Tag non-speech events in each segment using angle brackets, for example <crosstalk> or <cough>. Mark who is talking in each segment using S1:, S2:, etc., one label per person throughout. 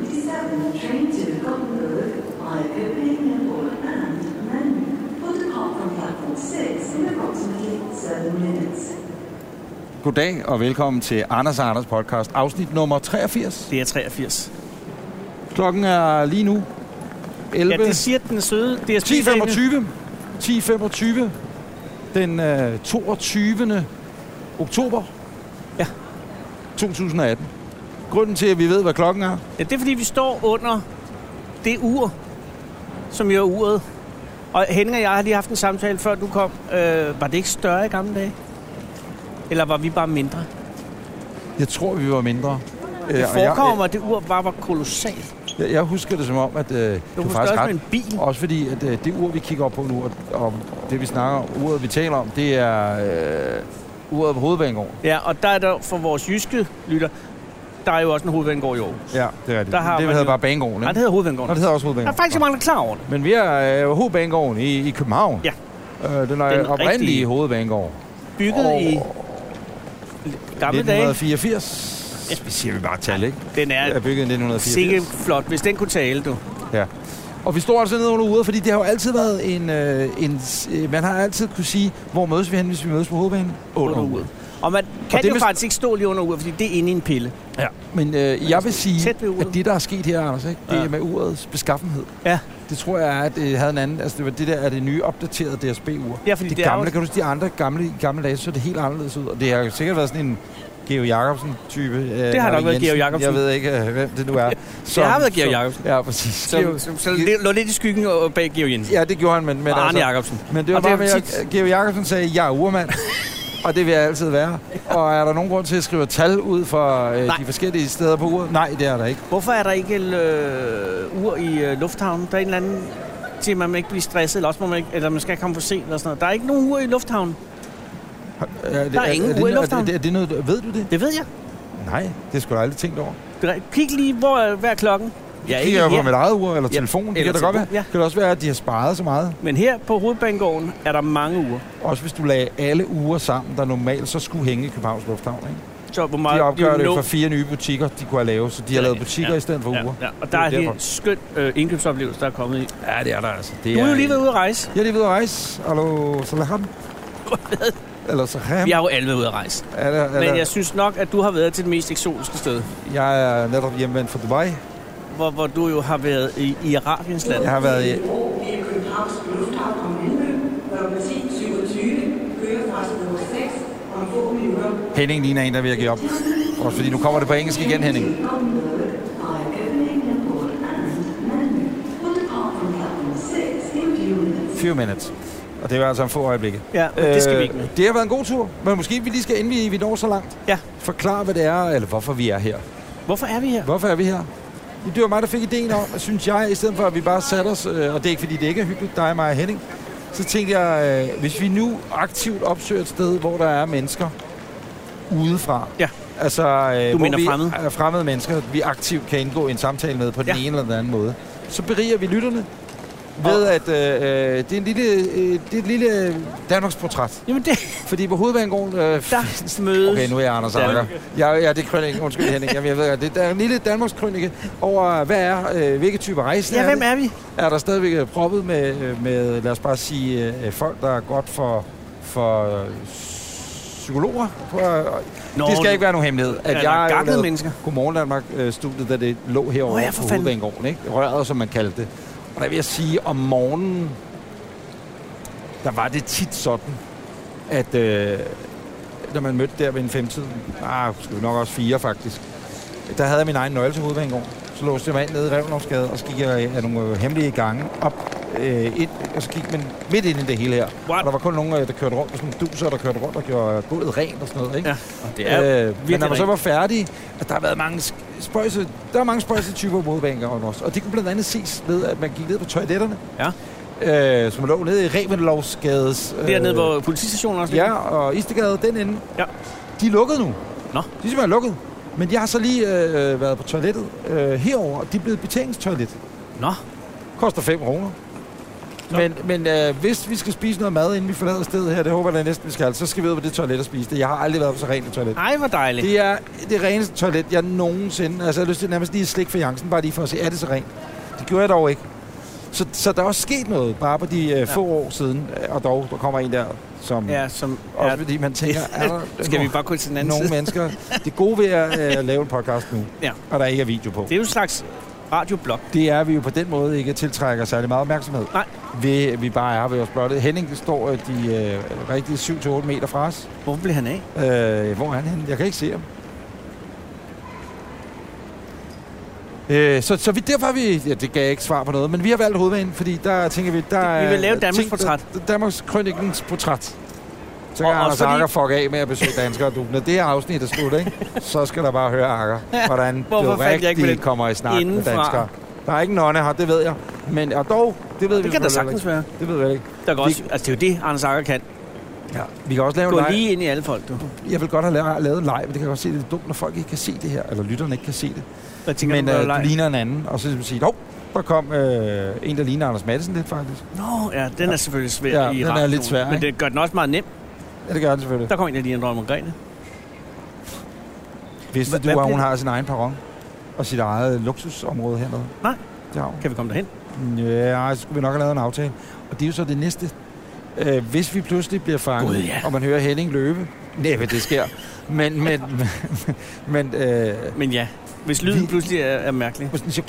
S1: London train to Gothenburg via Copenhagen or and Malmö will depart from platform 6 in approximately 7 minutes.
S2: Goddag og velkommen til Anders og Anders podcast, afsnit nummer 83.
S3: Det er 83.
S2: Klokken er lige nu 11.
S3: Ja, det siger den søde. Det er spisedagen.
S2: 10.25. 10.25. Den øh, 22. oktober.
S3: Ja.
S2: 2018. Grunden til, at vi ved, hvad klokken er,
S3: Ja, det er fordi, vi står under det ur, som jo er uret. Og Henning og jeg har lige haft en samtale, før du kom. Øh, var det ikke større i gamle dage? Eller var vi bare mindre? Det
S2: jeg tror, vi var mindre. Det
S3: forekommer mig, at det ur bare var kolossalt.
S2: Jeg, jeg husker det som om, at øh, du
S3: Du
S2: er
S3: var
S2: faktisk
S3: større
S2: ret.
S3: end en bil.
S2: Også fordi, at øh, det ur, vi kigger op på nu, og, og det, vi snakker om, uret, vi taler om, det er øh, uret på hovedbanegården.
S3: Ja, og der er der for vores jyske lytter, der er jo også en hovedvandgård i år.
S2: Ja, det er rigtigt.
S3: Der har
S2: det
S3: man
S2: hedder
S3: jo-
S2: bare banegården,
S3: Nej,
S2: ikke?
S3: det hedder
S2: Nå, det
S3: hovedvandgården.
S2: hedder også
S3: Der er
S2: hovedbanegården.
S3: faktisk mange, der er klar over det.
S2: Men vi er øh, hovedbanegården i, i København.
S3: Ja.
S2: Øh, den, er
S3: Den
S2: den oprindelige
S3: rigtige.
S2: hovedbanegård.
S3: Bygget
S2: Åh,
S3: i gamle dage.
S2: 1984.
S3: Ja.
S2: Vi siger vi bare et tal, ikke?
S3: Den
S2: Jeg er
S3: er
S2: bygget i 1984.
S3: sikkert flot, hvis den kunne tale, du.
S2: Ja. Og vi står altså nede under uret, fordi det har jo altid været en... Øh, en øh, man har altid kunne sige, hvor mødes vi hen, hvis vi mødes på hovedbanen?
S3: under uret. Og man kan
S2: det
S3: jo
S2: vil-
S3: faktisk ikke stå lige under uret, fordi det er inde i en pille.
S2: Ja. Men øh, jeg vil sige,
S3: Altså, tæt ved uret.
S2: at det, der er sket her, Anders, ikke? det
S3: Ja.
S2: er med urets beskaffenhed.
S3: Ja.
S2: Det tror jeg er, at det havde en anden... Altså, det var det der er det nye opdaterede DSB-ur.
S3: Ja,
S2: De
S3: fordi det,
S2: det
S3: det er
S2: gamle,
S3: jo...
S2: kan du huske de andre gamle, i gamle dage, så det helt anderledes ud. Og det har jo sikkert været sådan en Geo Jacobsen-type. øh,
S3: nok
S2: Arne
S3: været
S2: Jensen.
S3: Georg Jacobsen.
S2: Jeg ved ikke, øh, hvem det nu er.
S3: <laughs> Det har været Georg Jacobsen.
S2: som- Ja, præcis. Georg-
S3: Som, som, som det lå lidt i skyggen og- bag Georg Jensen.
S2: Ja, det gjorde han, men... men altså-
S3: Ja, Altså- og Arne Jacobsen.
S2: Men det var
S3: Og det
S2: bare
S3: er
S2: med,
S3: jo
S2: at Georg Jacobsen sagde, jeg er
S3: <laughs>
S2: urmand. og det vil jeg altid være. Og er der nogen grund til at skrive tal ud for øh,
S3: Nej.
S2: de forskellige steder på uret? Nej, det er der ikke.
S3: Hvorfor er der ikke et øh, ur i øh, lufthavnen? Der er en eller anden til, at man må ikke blive stresset, eller, også må man ikke, eller man skal komme for sent, eller sådan noget. Der er ikke nogen ur i lufthavnen.
S2: Er det,
S3: Der er ingen
S2: det
S3: ur i
S2: noget-
S3: lufthavnen.
S2: Er det, er det noget, ved du det?
S3: Det ved jeg.
S2: Nej, det skulle jeg aldrig tænkt over.
S3: Det er rigtigt. Kig lige, hvor, er- hvad er klokken? Jeg er
S2: Kigger jeg på
S3: her,
S2: mit eget ur eller
S3: Ja,
S2: telefon? Det
S3: eller
S2: kan da godt være.
S3: telefon,
S2: Ja.
S3: ja.
S2: Kan det også være, at de har sparet så meget?
S3: men her på hovedbanegården er der mange uger.
S2: Også hvis du lagde alle uger sammen, der normalt så skulle hænge i Københavns Lufthavn. Ikke?
S3: Så hvor meget
S2: De opgør det
S3: nå-
S2: jo for fire nye butikker, de kunne have lavet, så de har lavet butikker
S3: Ja,
S2: i stedet for
S3: ja,
S2: uger.
S3: Ja, og
S2: Det
S3: der
S2: er
S3: er
S2: derfor.
S3: en skøn øh, indkøbsoplevelse, der er kommet i.
S2: Ja, det er der altså. Det
S3: Du er jo lige ved ude at rejse.
S2: Jeg er lige ved at rejse. Hallo, Salaham. Eller Salaham.
S3: Vi har jo alle været ude at rejse.
S2: Er der, er
S3: Men
S2: der,
S3: jeg synes nok, at du har været til det mest eksotiske sted,
S2: jeg er netop hjemvendt fra Dubai.
S3: hvor, hvor du jo har været i, i Arabiens land.
S2: Jeg har været i...
S1: Via Københavns Lufthavn og Malmø kl. 10.27 kører fra spor 6 om få minutter.
S2: Henning ligner en, der er ved at give op. Også fordi nu kommer det på engelsk igen, Henning.
S1: Gothenburg via Copenhagen or and Malmø will depart from platform 6 in a few minutes.
S2: Few minutes. Og det var altså om få øjeblikke. Øh,
S3: Ja, men det skal vi ikke med.
S2: Det har været en god tur, men måske vi lige skal, inden vi, vi når så langt,
S3: Ja.
S2: forklare, hvad det er, eller hvorfor vi er her.
S3: Hvorfor er vi her?
S2: Hvorfor er vi her? Det var mig, der fik ideen om, at synes jeg, i stedet for at vi bare satte os, øh, og det er ikke fordi, det ikke er hyggeligt, dig, mig og Henning, så tænkte jeg, øh, hvis vi nu aktivt opsøger et sted, hvor der er mennesker udefra,
S3: Ja.
S2: altså øh,
S3: Du
S2: hvor
S3: mener
S2: vi
S3: fremmede?
S2: er fremmede mennesker, vi aktivt kan indgå i en samtale med på den
S3: Ja.
S2: ene eller den anden måde, så beriger vi lytterne ved, at øh, øh, det er en lille, øh, det er et lille Danmarks portræt.
S3: Jamen det,
S2: Fordi på hovedbanegården øh,
S3: der mødes...
S2: Okay, nu er jeg Anders Anker. Jeg, ja, det er krønning. Undskyld, Henning. Jamen, jeg ved godt. Det der er en lille Danmarks krønike over, hvad er, øh, hvilke typer rejsende
S3: Ja,
S2: er,
S3: hvem
S2: det?
S3: er vi?
S2: er der stadigvæk øh, proppet med, øh, med lad os bare sige, øh, folk, der er godt for, for øh, psykologer? På, øh,
S3: Nå,
S2: det skal ikke være nogen hemmelighed.
S3: at jeg er gakkede mennesker.
S2: Godmorgen Danmark-studiet, da det lå herovre
S3: Nå
S2: oh,
S3: ja,
S2: ja,
S3: for
S2: på
S3: fanden.
S2: Hovedbanegården. Ikke? Røret, som man kaldte det. Og der vil jeg sige, om morgenen, der var det tit sådan, at øh, når man mødte der ved en femtid, ah, skulle vi nok også fire faktisk, der havde jeg min egen nøgle til Hovedbanegården. Så låste jeg mig ind nede i Revnovsgade, og så gik jeg af nogle øh, hemmelige gange op øh, ind, og så gik man midt ind i det hele her.
S3: What?
S2: Og der var kun nogen, øh, der kørte rundt, og sådan nogle duser, der kørte rundt og gjorde gulvet rent og sådan noget. Ikke?
S3: Ja, og det er jo
S2: Ja, øh, men
S3: virkelig
S2: når man så
S3: rigtigt.
S2: var færdig, at der har været mange sk- spøjse, der er mange spøjse typer modbanker også. Og det kunne blandt andet ses ved, at man gik ned på toiletterne,
S3: Ja.
S2: øh, som lå nede i Revenlovsgades... Øh,
S3: dernede på politistationen også.
S2: Ja, og Istegade, den ende.
S3: Ja.
S2: De er lukket nu.
S3: Nå.
S2: De er simpelthen lukket. Men jeg har så lige øh, været på toilettet øh, herover. De er blevet betalingstoilet.
S3: Nå,
S2: Koster 5 kroner. Men, men øh, hvis vi skal spise noget mad, inden vi forlader stedet her, det håber jeg da næsten, vi skal, altså, så skal vi ud på det toilet og spise det. Jeg har aldrig været på så rent et toilet.
S3: Ej, hvor dejligt.
S2: Det er det reneste toilet, jeg nogensinde... Altså, jeg har lyst til nærmest lige at slikke for Jansen, bare lige for at se, er det så rent? Det gjorde jeg dog ikke. Så, så der er også sket noget, bare på de øh, ja. få år siden. øh, Og dog, der kommer en der, som... Ja.
S3: Ja, som
S2: Også
S3: er,
S2: fordi man
S3: <laughs>
S2: tænker, er der
S3: skal vi bare gå til den anden
S2: nogle
S3: side?
S2: mennesker... Det gode ved at
S3: <laughs>
S2: øh, lave en podcast nu,
S3: Ja.
S2: og der ikke er video på,
S3: Det er jo en slags radioblog.
S2: det er, at vi jo på den måde ikke tiltrækker særlig meget opmærksomhed.
S3: Nej.
S2: Vi, vi bare er ved vores blotte. Henning står øh, de øh, rigtige 7-8 meter fra os.
S3: Hvor blev han af?
S2: Øh, hvor er han henne? Jeg kan ikke se ham. Øh, så, så vi, derfor har vi... Ja, det gav jeg ikke svar på noget, men vi har valgt hovedvejen, fordi der tænker vi... Der
S3: Vi vil
S2: er
S3: lave Danmarks
S2: ting,
S3: portræt.
S2: Der, Danmarks Krønikens portræt. Så
S3: Og
S2: kan og Anders
S3: også
S2: fordi...
S3: fordi-
S2: Akker fuck af med at besøge danskere. Du, når det her afsnit er slut, ikke? så skal der bare høre Akker, hvordan
S3: Hvorfor
S2: du
S3: fandt jeg ikke
S2: rigtig
S3: med den
S2: kommer i snak med
S3: indenfra?
S2: danskere. Der er ikke nonne her, det ved jeg. Men, og dog, det ved vi
S3: Det kan da
S2: selvfølgelig heller
S3: sagtens være.
S2: ikke. Det ved vi ikke.
S3: Der kan
S2: Vi-
S3: også, altså, det er jo det, Anders Akker kan.
S2: Ja. Vi kan også lave en
S3: Gå
S2: leg.
S3: lige ind i alle folk, du.
S2: Jeg vil godt have lavet, lavet en leg, men det kan jeg godt se, det er dumt, når folk ikke kan se det her, eller lytterne ikke kan se det.
S3: Der tænker
S2: men
S3: du,
S2: øh,
S3: øh,
S2: du ligner en anden, og så vil man sige, hov, der kom øh, en, der ligner Anders Madsen lidt, faktisk.
S3: Nå, ja, den er selvfølgelig svær
S2: Ja,
S3: i
S2: den er
S3: radioen,
S2: lidt svær,
S3: Men
S2: ikke?
S3: det gør den også meget nem.
S2: Ja, det gør han selvfølgelig.
S3: Der kommer en, der ligner Drømme Grene.
S2: Vidste
S3: hvad
S2: du, at hun
S3: bliver-
S2: har sin egen perron og sit eget luksusområde hernede?
S3: Nej.
S2: Det har hun.
S3: Kan vi komme derhen?
S2: Ja, så skulle vi nok have lavet en aftale. Og det er jo så det næste. Øh, hvis vi pludselig bliver fanget,
S3: Gud, ja.
S2: og man hører Henning løbe, nej, men det sker. men, men, <laughs> men, øh,
S3: Men ja, hvis lyden
S2: Vi-
S3: pludselig er, er mærkelig.
S2: Og sådan siger,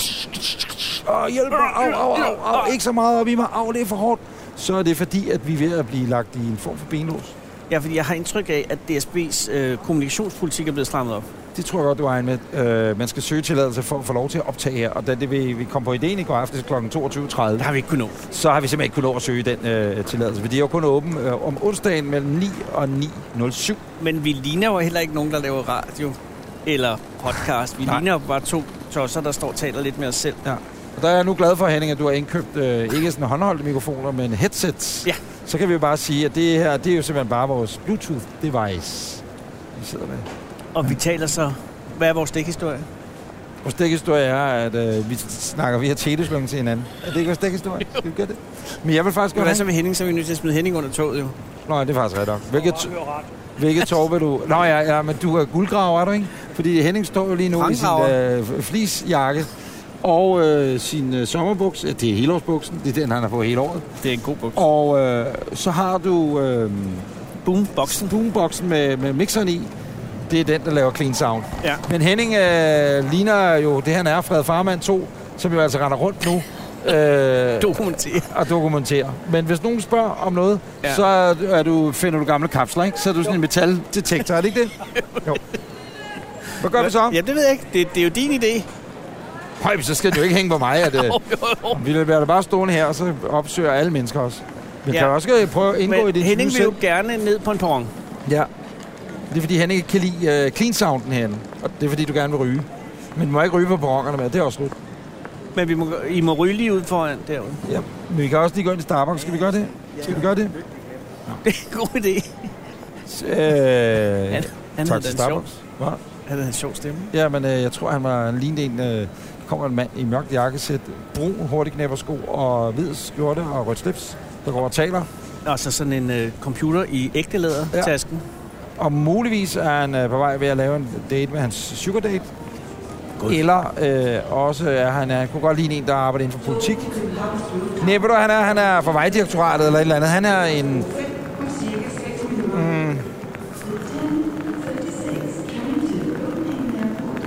S2: åh, hjælp mig, au, au, au, au, ikke så meget op i mig, au, det er for hårdt. Så er det fordi, at vi er ved at blive lagt i en form for benlås.
S3: Ja, fordi jeg har indtryk af, at DSB's øh, kommunikationspolitik er blevet strammet op.
S2: Det tror jeg godt, du er med. Øh, man skal søge tilladelse for at få lov til at optage her. Og da det, vi, vi kom på ideen i går aftes kl. 22.30,
S3: Det har vi ikke kunnet nå.
S2: så har vi simpelthen ikke kunnet nå at søge den øh, tilladelse. Fordi jeg er jo kun åben øh, om onsdagen mellem 9 og 9.07.
S3: Men vi ligner jo heller ikke nogen, der laver radio eller podcast. Vi
S2: Nej.
S3: ligner jo bare to tosser, der står og taler lidt med os selv.
S2: Og der er jeg nu glad for, Henning, at du har indkøbt øh, ikke sådan håndholdte mikrofoner, men headsets.
S3: Ja.
S2: Så kan vi jo bare sige, at det her, det er jo simpelthen bare vores Bluetooth-device, vi sidder med.
S3: Og vi taler så... Hvad er vores dækhistorie?
S2: Vores dækhistorie er, at øh, vi snakker via teleslungen til hinanden. Er det ikke vores dækhistorie? Skal vi gøre det? Men jeg vil faktisk
S3: Hvad
S2: gøre
S3: er
S2: det.
S3: så ved Henning, så er vi nødt til at smide Henning under toget jo.
S2: Nej, det er faktisk ret nok. Hvilket, hvilket tår vil du... Nå ja, ja, men du er guldgraver, er du ikke? Fordi Henning står jo lige nu i sin
S3: Brandgraver.
S2: øh, flisjakke og øh, sin øh, sommerbuks. Det er helårsbuksen. Det er den, han har på hele året.
S3: Det er en god bog.
S2: Og øh, så har du øh,
S3: Boomboxen.
S2: boomboxen med, med mixeren i. Det er den, der laver clean sound.
S3: Ja.
S2: Men Henning øh, ligner jo det, han er, Fred Farmand 2, som jo altså render rundt nu. Øh,
S3: Dokumentere.
S2: at dokumentere. Men hvis nogen spørger om noget, ja.
S3: Ja.
S2: så er du- er du, finder du gamle kapsler, ikke? Så er du sådan en metaldetektor, er det ikke
S3: <laughs>
S2: det? Jo. Hvad gør vi så?
S3: Ja, det ved jeg ikke. Det, det er jo din idé.
S2: Høj, så skal det jo ikke hænge på mig.
S3: <laughs>
S2: At, øh,
S3: Jo, jo, jo.
S2: vi lader da bare stående her, og så opsøger alle mennesker os. Vi ja.
S3: Ja.
S2: kan også øh, prøve at indgå i
S3: Men
S2: det
S3: Henning
S2: interview
S3: vil jo
S2: selv.
S3: gerne ned på en perron.
S2: Ja. Det er fordi, Henning ikke kan lide øh, clean sounden herinde. Og det er fordi, du gerne vil ryge. Men må ikke ryge på perronerne med, det er også slut.
S3: Men vi må, I må ryge lige ud foran derude.
S2: Ja. Men vi kan også lige gå ind i Starbucks. Skal vi gøre det? Skal vi gøre det?
S3: Det er en god idé.
S2: Øh,
S3: Han, han
S2: tak
S3: havde da
S2: til
S3: en sjov,
S2: Starbucks. Hvad?
S3: han havde en sjov stemme.
S2: Ja, men øh, jeg tror, han var han lignede en... Øh, der kommer en mand i mørkt jakkesæt, brun hurtigknæppersko og hvid skjorte og rødt slips, der går og taler.
S3: Og så sådan en øh, computer i ægte lædertasken.
S2: Og muligvis er han øh, på vej ved at lave en date med hans sugar date. God. Eller øh, også er han, han kunne godt ligne en, der arbejder inden for politik. Nej, ved du, han er, han er fra vejdirektoratet eller et eller andet. Han er en... Mm,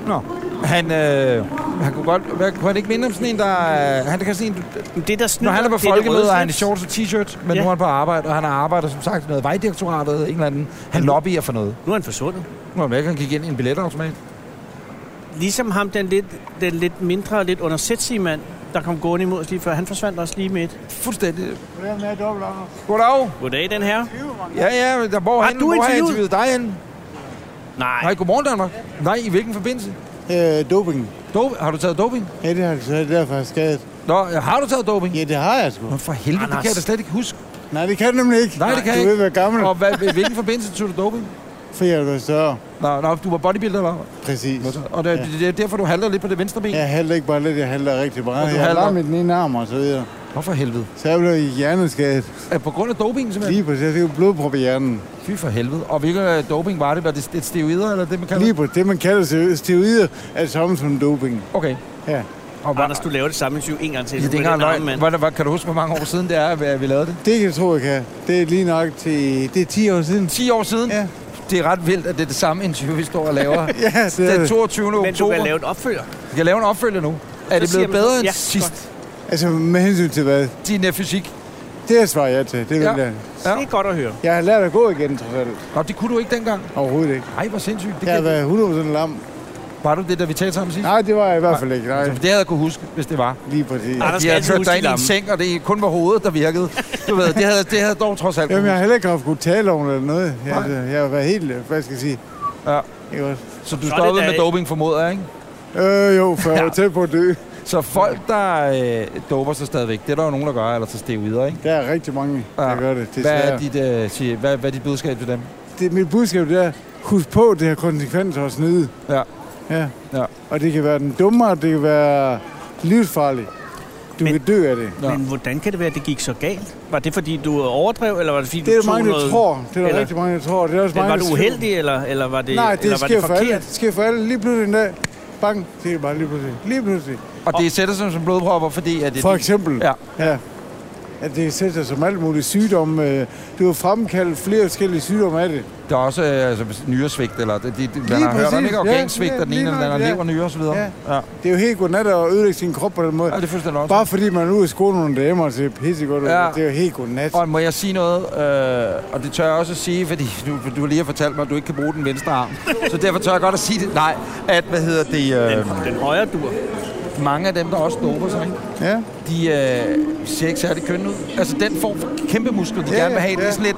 S2: Nå, han, øh, han kunne godt... Hvad, kunne han ikke minde om sådan en, der... øh, Han kan sådan en,
S3: Men Det, der
S2: Når
S3: snyder,
S2: han er på
S3: det det røde
S2: folkemøde, er han i
S3: slips.
S2: shorts og t-shirt, men ja.
S3: Ja.
S2: nu er han på arbejde, og han arbejder som sagt i noget vejdirektoratet, en eller anden. Han lobbyer for noget.
S3: Nu er han forsvundet.
S2: Nu er han ikke, han gik ind i en billetautomat.
S3: Ligesom ham, den lidt, den lidt mindre og lidt undersætsige mand, der kom gående imod os lige før. Han forsvandt også lige med et.
S2: Fuldstændig.
S4: Hvordan er dobbelt Anders?
S2: Goddag.
S3: Goddag, den her.
S2: Ja, ja, men der, hvor
S3: Har
S2: han,
S3: du
S2: hvor har jeg
S3: interviewet?
S2: interviewet dig hen?
S3: Nej.
S2: Nej, godmorgen Danmark. Nej, i hvilken forbindelse?
S4: Øh, doping.
S2: Dope? Har du taget doping?
S4: Ja, det har jeg taget derfor jeg er skadet.
S2: Nå, har du taget doping?
S4: Ja, det har jeg sgu.
S2: Nå, for helvede, det kan jeg da
S3: Anders.
S2: slet ikke huske.
S4: Nej, det kan jeg nemlig ikke.
S2: Nej, det kan jeg
S4: Du ved,
S2: ikke.
S4: hvor gammel.
S2: Og hvad, i hvilken forbindelse tog du doping?
S4: For jeg er blevet større.
S2: Nå, nå, du var bodybuilder, eller? hvad?
S4: Præcis.
S2: Og det, det er derfor, du halter lidt på det venstre ben.
S4: Jeg halter ikke bare lidt, jeg halter rigtig
S2: Og
S4: meget.
S2: du
S4: Jeg
S2: halter-
S4: halter med den ene arm og så videre.
S2: Nå for helvede.
S4: Så jeg blev hjerneskadet.
S2: Øh, På grund af doping, simpelthen?
S4: Lige præcis. Jeg fik jo blodprop i hjernen.
S2: Fy for helvede. Og hvilken øh, doping var det? Var det et steroider, eller det, man kalder
S4: Lige på det, man kalder se- steroider, er det samme som doping.
S2: Okay.
S4: Ja.
S2: Og var,
S3: Anders, du laver det samme interview en gang til.
S2: Ja, det er
S3: med
S2: ikke engang
S3: den arme
S2: løgn.
S3: mand.
S2: Hvad- hvad- Kan du huske, hvor mange år siden det er, at vi- at vi lavede det?
S4: Det kan jeg tro, jeg kan. Det er lige nok til... Det er 10 år siden.
S2: 10 år siden?
S4: Ja.
S2: Det er ret vildt, at det er det samme interview, vi står og
S4: <laughs>
S2: laver.
S4: Ja, det er
S2: Den
S4: det.
S2: 22.
S3: Men du
S2: oktober.
S3: kan lave en opfølger.
S2: Jeg laver en opfølger nu. Er det
S3: siger
S2: blevet
S3: man-
S2: bedre end
S3: Ja,
S2: sidst?
S4: Altså, med hensyn til hvad?
S2: Din øh, fysik?
S4: Det svarer jeg til. Det vil
S2: Ja.
S4: jeg.
S2: Ja.
S3: Ja. Det er godt at høre.
S4: Jeg har lært at gå igen, trods alt.
S2: Nå, det kunne du ikke dengang.
S4: Overhovedet ikke.
S2: Nej, hvor sindssygt. Det
S4: Jeg har
S2: kan...
S4: været 100% lam.
S2: Var du det, da vi talte sammen sidst? Altså,
S4: Nej, det var jeg i hvert fald ikke. Nej,
S2: Det havde jeg kunne huske, hvis det var.
S4: lige præcis.
S3: Anders
S2: De
S3: skal
S2: havde
S3: altid
S2: kørt
S3: huske
S2: dig
S3: de
S2: ind i en
S3: lamme.
S2: seng, og det kun var hovedet, der virkede. Du ved, det havde, det havde jeg dog trods alt
S4: Jamen,
S2: kunne
S4: jeg har heller ikke haft kunne tale om det eller noget. Jeg,
S2: Nej.
S4: altså, jeg har været helt, hvad skal jeg sige?
S2: Ja.
S4: Ikke også?
S2: huske. Så du
S3: det
S2: stoppede
S3: da-
S2: med doping, formoder jeg, ikke?
S4: Øh, jo, for jeg var tæt på at dø.
S2: Så folk, der øh, doper sig stadigvæk, det er der jo nogen, der gør, eller så steroider, ikke?
S4: Der er rigtig mange, der
S2: Ja.
S4: gør det. Det
S2: Hvad er
S4: er, de...
S2: dit, øh, sig, hvad, hvad er dit budskab til dem?
S4: det Mit budskab det er, husk på, det har konsekvenser at snyde.
S2: Ja.
S4: Ja.
S2: Ja.
S4: Og det kan være den dummere, det kan være livsfarligt. Du
S3: Men-
S4: Men... kan dø af det.
S2: Nå.
S3: Men hvordan kan det være, at det gik så galt? Var det, fordi du overdrev, eller var det, fordi
S4: Det er
S3: du
S4: der
S3: tog
S4: mange, der
S3: noget...
S4: tror. Det er der
S3: eller-
S4: rigtig mange, der tror. Det er også
S3: Men
S4: mange,
S3: var
S4: der
S3: du
S4: siger-
S3: uheldig, eller, eller var det,
S4: Nej, det
S3: eller var
S4: sker
S3: det
S4: for alle. Det
S3: forkert?
S4: sker for alle. Lige pludselig en dag, bang, det er bare lige pludselig. Lige pludselig.
S2: Og det sætter sig som blodpropper, fordi at det...
S4: For eksempel.
S2: Ja.
S4: ja. At det sætter sig som alt muligt sygdomme. øh, Du har fremkaldt flere forskellige sygdomme af det.
S2: Der er også øh, altså, nyresvigt, eller det, det, man
S4: Lige
S2: har hørt om,
S4: præcis.
S2: ikke?
S4: Ja,
S2: Organsvigt, ja,
S4: ja,
S2: den
S4: lige
S2: ene eller den anden
S4: nøjagtigt, ja.
S2: lever nyre osv. Ja. ja.
S4: Det er jo helt godnat at ødelægge sin krop på den måde.
S2: Ja, det er fuldstændig også.
S4: Bare fordi man er ude i skolen nogle damer og ser pissegodt ud.
S2: Ja.
S4: Det er jo helt godnat.
S2: Og må jeg sige noget, øh, og det tør jeg også at sige, fordi du, du lige har fortalt mig, at du ikke kan bruge den venstre arm. Så derfor tør jeg godt at sige det. Nej, at hvad hedder det, øh,
S3: Den højre dur.
S2: mange af dem, der også doper sig, ikke?
S4: Ja.
S2: de øh, ser ikke særlig kønne ud. Altså den form for kæmpe muskler, de
S4: Ja,
S2: gerne vil have, det er
S4: ja.
S2: sådan lidt,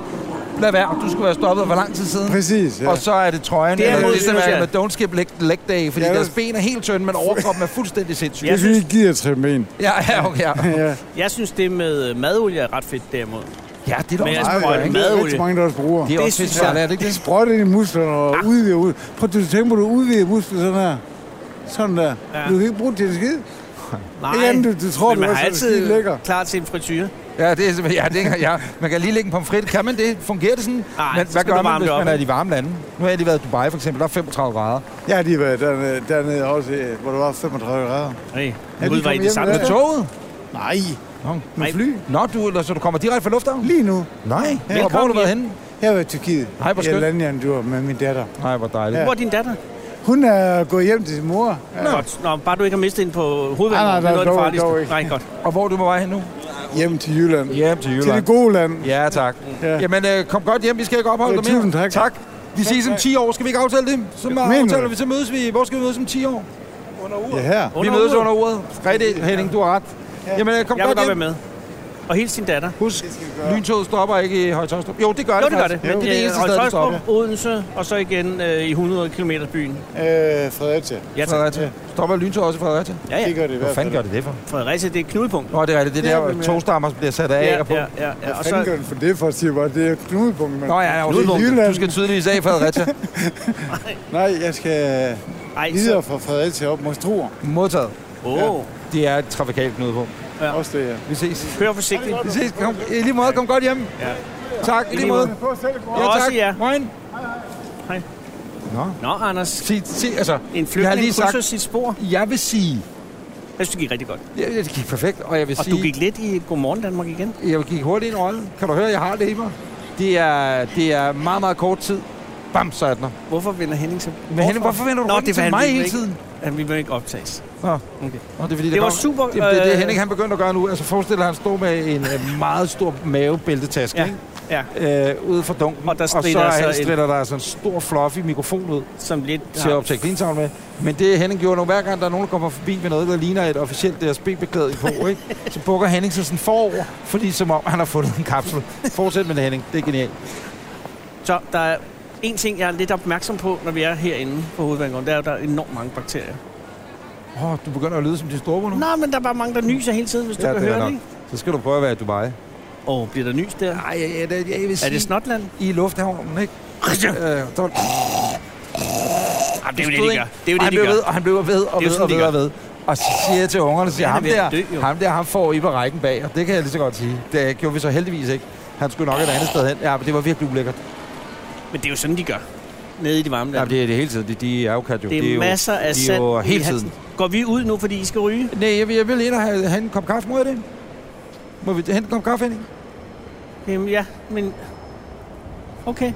S2: lad være, du skulle være stoppet for lang tid siden.
S4: Præcis, ja.
S2: Og så er det trøjen,
S3: Det er
S2: det er eller
S3: mod-
S2: ligesom
S3: synes
S2: er
S3: jeg.
S2: med Don't Skip Leg, leg Day, fordi
S4: Ja,
S2: ja,
S4: det-
S2: deres ben er helt tynde, men overkroppen er fuldstændig sindssyg.
S4: Det
S3: Jeg
S4: er fordi, de gider trimme en.
S2: Ja, ja, okay, ja.
S4: <laughs> Ja.
S3: Jeg synes, det med øh, madolie er ret fedt derimod.
S2: ja det er
S3: Men altså,
S2: da også,
S3: jeg
S4: Ej,
S3: sprøjte
S4: der er ikke
S3: madolie.
S4: rigtig mange, der også bruger.
S2: det er
S3: det
S2: også
S3: synes
S2: lidt særligt,
S3: jeg-
S2: er det ikke det?
S4: Sprøjte ind i musklerne og udvide ud. Prøv at du tænker, at du udvider muskler sådan her. Sådan der.
S3: Ja.
S4: Du kan ikke bruge det til en skid.
S3: Nej,
S4: Ikke andet, du- du tror,
S3: men
S4: det
S3: man
S4: var
S3: har
S4: sådan skide
S3: altid
S4: lækker.
S3: klar til en frityre.
S2: Ja, det er, simpelthen- ja, det er, ja, man kan lige lægge en pomfrit. Kan man det? Fungerer det sådan?
S3: Nej,
S2: men
S3: så
S2: hvad
S3: skal
S2: gør
S3: du
S2: man,
S3: varme
S2: hvis
S3: det op,
S2: man er i
S3: ikke?
S2: de varme lande? Nu har jeg lige været i Dubai, for eksempel. Der er 35 grader.
S4: Jeg har lige været dernede, dernede også, øh, hvor der var 35 grader.
S3: Nej,
S4: de
S3: Gud, var I
S4: kom
S3: det
S4: hjem
S3: samme
S4: med
S2: Med
S4: Ja.
S3: tog?
S2: toget?
S4: Nej,
S2: Nå,
S4: med
S3: Nej.
S4: fly.
S2: Nå du, så du kommer direkte fra lufthavnen?
S4: Lige nu.
S2: Nej. Ja, hvor har du
S3: Velkommen
S2: været
S3: hjem.
S2: henne?
S4: Jeg var i Tyrkiet.
S2: Ej, hvor
S4: Jeg
S2: skønt.
S4: landede en tur med min datter.
S2: Nej, hvor dejligt.
S3: Hvor er din datter?
S4: Hun er gået hjem til sin mor.
S3: Nå. Godt. Nå, bare du ikke har mistet en på hovedvejen.
S4: Nej, nej,
S3: det er
S4: nej,
S3: noget af det
S4: dog-
S3: farligste.
S4: dog ikke.
S3: Nej, godt.
S2: Og hvor er du på vej hen nu?
S4: Øh, Hjem til Jylland.
S2: Hjem til
S4: Til det
S2: Jylland.
S4: gode land.
S2: Ja, tak.
S4: Ja.
S2: Jamen, øh, kom godt hjem. Vi skal ikke opholde
S4: Ja,
S2: dig mere.
S4: tusind tak.
S2: Tak. Vi ses om 10 år. Skal vi ikke aftale det? Så
S4: Mener du
S2: aftaler
S4: det?
S2: vi, så mødes vi. Hvor skal vi mødes om 10 år?
S4: Ja, her.
S2: Vi
S3: Under
S2: mødes
S3: uret.
S2: under ordet. Rigtigt, Henning. Du har ret. Jamen, øh, kom
S3: Jeg vil
S2: godt
S3: godt
S2: hjem.
S3: være med. Og hils din datter.
S2: Husk, lyntoget stopper ikke i Højtøjstrup. Jo, det gør
S3: Jo,
S2: det
S3: det gør det.
S2: faktisk. Men det er det eneste sted, det stopper.
S3: Højtøjstrup, Odense, og så igen øh, i 100 km byen.
S4: Øh, Fredericia.
S3: Ja, tak.
S2: Fredericia. Stopper lyntoget også i Fredericia?
S3: Ja,
S4: Det
S3: ja.
S4: gør det i
S2: Hvad
S4: hvert fald.
S2: fanden gør det det for?
S3: Fredericia, det er et knudepunkt.
S2: Nå, det er rigtigt. Det er
S4: Ja,
S2: der
S4: men-
S2: togstammer bliver sat af
S3: ja,
S2: og på.
S3: ja, ja, ja.
S4: Hvad
S3: Og
S4: fanden
S3: så,
S4: gør det for det, for at sige bare, det er knudepunkter.
S2: Nå ja, ja,
S4: Det er
S2: undskyld.
S4: Jylland.
S2: du skal tydeligvis af i Fredericia.
S4: Nej, jeg skal
S3: ej,
S4: videre
S3: så,
S4: fra Fredericia op mod Struer.
S2: Modtaget.
S3: åh,
S2: Det er et trafikalt knudepunkt.
S3: Ja.
S4: Også det her.
S2: Vi ses.
S3: kør forsigtigt.
S2: Vi ses. Kom, i lige måde. Kom godt hjem.
S3: Ja.
S2: Tak, i lige måde.
S4: På selv går.
S2: Ja,
S3: Og også
S2: tak.
S3: jer.
S2: Moin.
S3: Hej.
S2: Nå.
S3: Nå, Anders,
S2: Sig, sig, altså,
S3: en
S2: jeg har
S3: flygtning
S2: lige sagt,
S3: krydser sit spor.
S2: jeg vil sige,
S3: Jeg synes, det gik rigtig godt.
S2: Ja, det gik perfekt, og jeg vil
S3: Og
S2: sige,
S3: du gik lidt i Godmorgen Danmark igen.
S2: jeg gik hurtigt ind i rollen. Kan du høre, jeg har det i mig? Det er, det er meget, meget kort tid. Bam, så er den her.
S3: Hvorfor vender Henning så?
S2: Men Henning, hvorfor vender du
S3: Nå,
S2: ryggen
S3: det er,
S2: til
S3: fordi
S2: mig
S3: vi
S2: hele
S3: ikke-
S2: tiden?
S3: Han vil ikke optages.
S2: Nå,
S3: Okay.
S2: Nå, det, er, fordi,
S3: Det var
S2: kom-
S3: super,
S2: Det, det, det
S3: øh,
S2: Henning han begyndte at gøre nu. Altså forestil dig, at han stod med en øh, meget stor mavebæltetaske,
S3: Ja.
S2: ikke?
S3: Ja,
S2: Øh, ude fra dunken,
S3: Og der
S2: og så
S3: stritter altså
S2: han
S3: en-
S2: stritter der altså en stor fluffy mikrofon ud
S3: som lidt...
S2: til at optage clean med. Men det Henning gjorde nu, hver gang der er nogen, der kommer forbi med noget, der ligner et officielt DSB-beklædning på, <laughs> ikke? så bukker Henning sig sådan forover, fordi som om han har fundet en kapsel. Fortsæt med det, Henning. Det er genialt.
S3: Så der er en ting, jeg er lidt opmærksom på, når vi er herinde på hovedvandgården, det er, at der er enormt mange bakterier.
S2: Mm. Åh, oh, du begynder at lyde som din storebror nu.
S3: Nå, men der er bare mange, der nyser hele tiden, hvis du
S2: Ja,
S3: kan
S2: det er
S3: høre
S2: nok.
S3: det, ikke?
S2: Så skal du prøve at være i Dubai.
S3: Åh, oh, bliver der nys der?
S2: Nej, jeg, jeg, jeg, jeg vil sige...
S3: Er det Snotland?
S2: I lufthavnen, ikke? Øh, der var-
S3: Jamen, det er jo
S2: Stod,
S3: det, de
S2: ikke?
S3: gør. Det er jo
S2: Og
S3: det,
S2: han
S3: de
S2: blev
S3: gør.
S2: ved, og han blev ved og
S3: Det er jo
S2: ved
S3: sådan,
S2: og
S3: de
S2: ved og
S3: gør.
S2: ved. Og så siger jeg til ungerne, siger,
S3: Han er
S2: ham,
S3: ved at
S2: der,
S3: dø, jo."
S2: ham der, ham får I på rækken bag, og det kan jeg lige så godt sige. Det gjorde vi så heldigvis ikke. Han skulle nok et andet sted hen. Ja, men det var virkelig ulækkert.
S3: Men det er jo sådan, de gør. Nede i de varme
S2: Ja,
S3: lande.
S2: det er det hele tiden. De, de er jo kat, jo.
S3: det, er,
S2: jo-
S3: masser af
S2: de er
S3: sand
S2: jo
S3: i
S2: hele
S3: halsen.
S2: tiden.
S3: Går vi ud nu, fordi I skal ryge?
S2: Nej, jeg vil, jeg vil ind og have, have en kop kaffe. Må jeg det? Må vi hente en kop kaffe ind?
S3: Jamen, ja, men... Okay.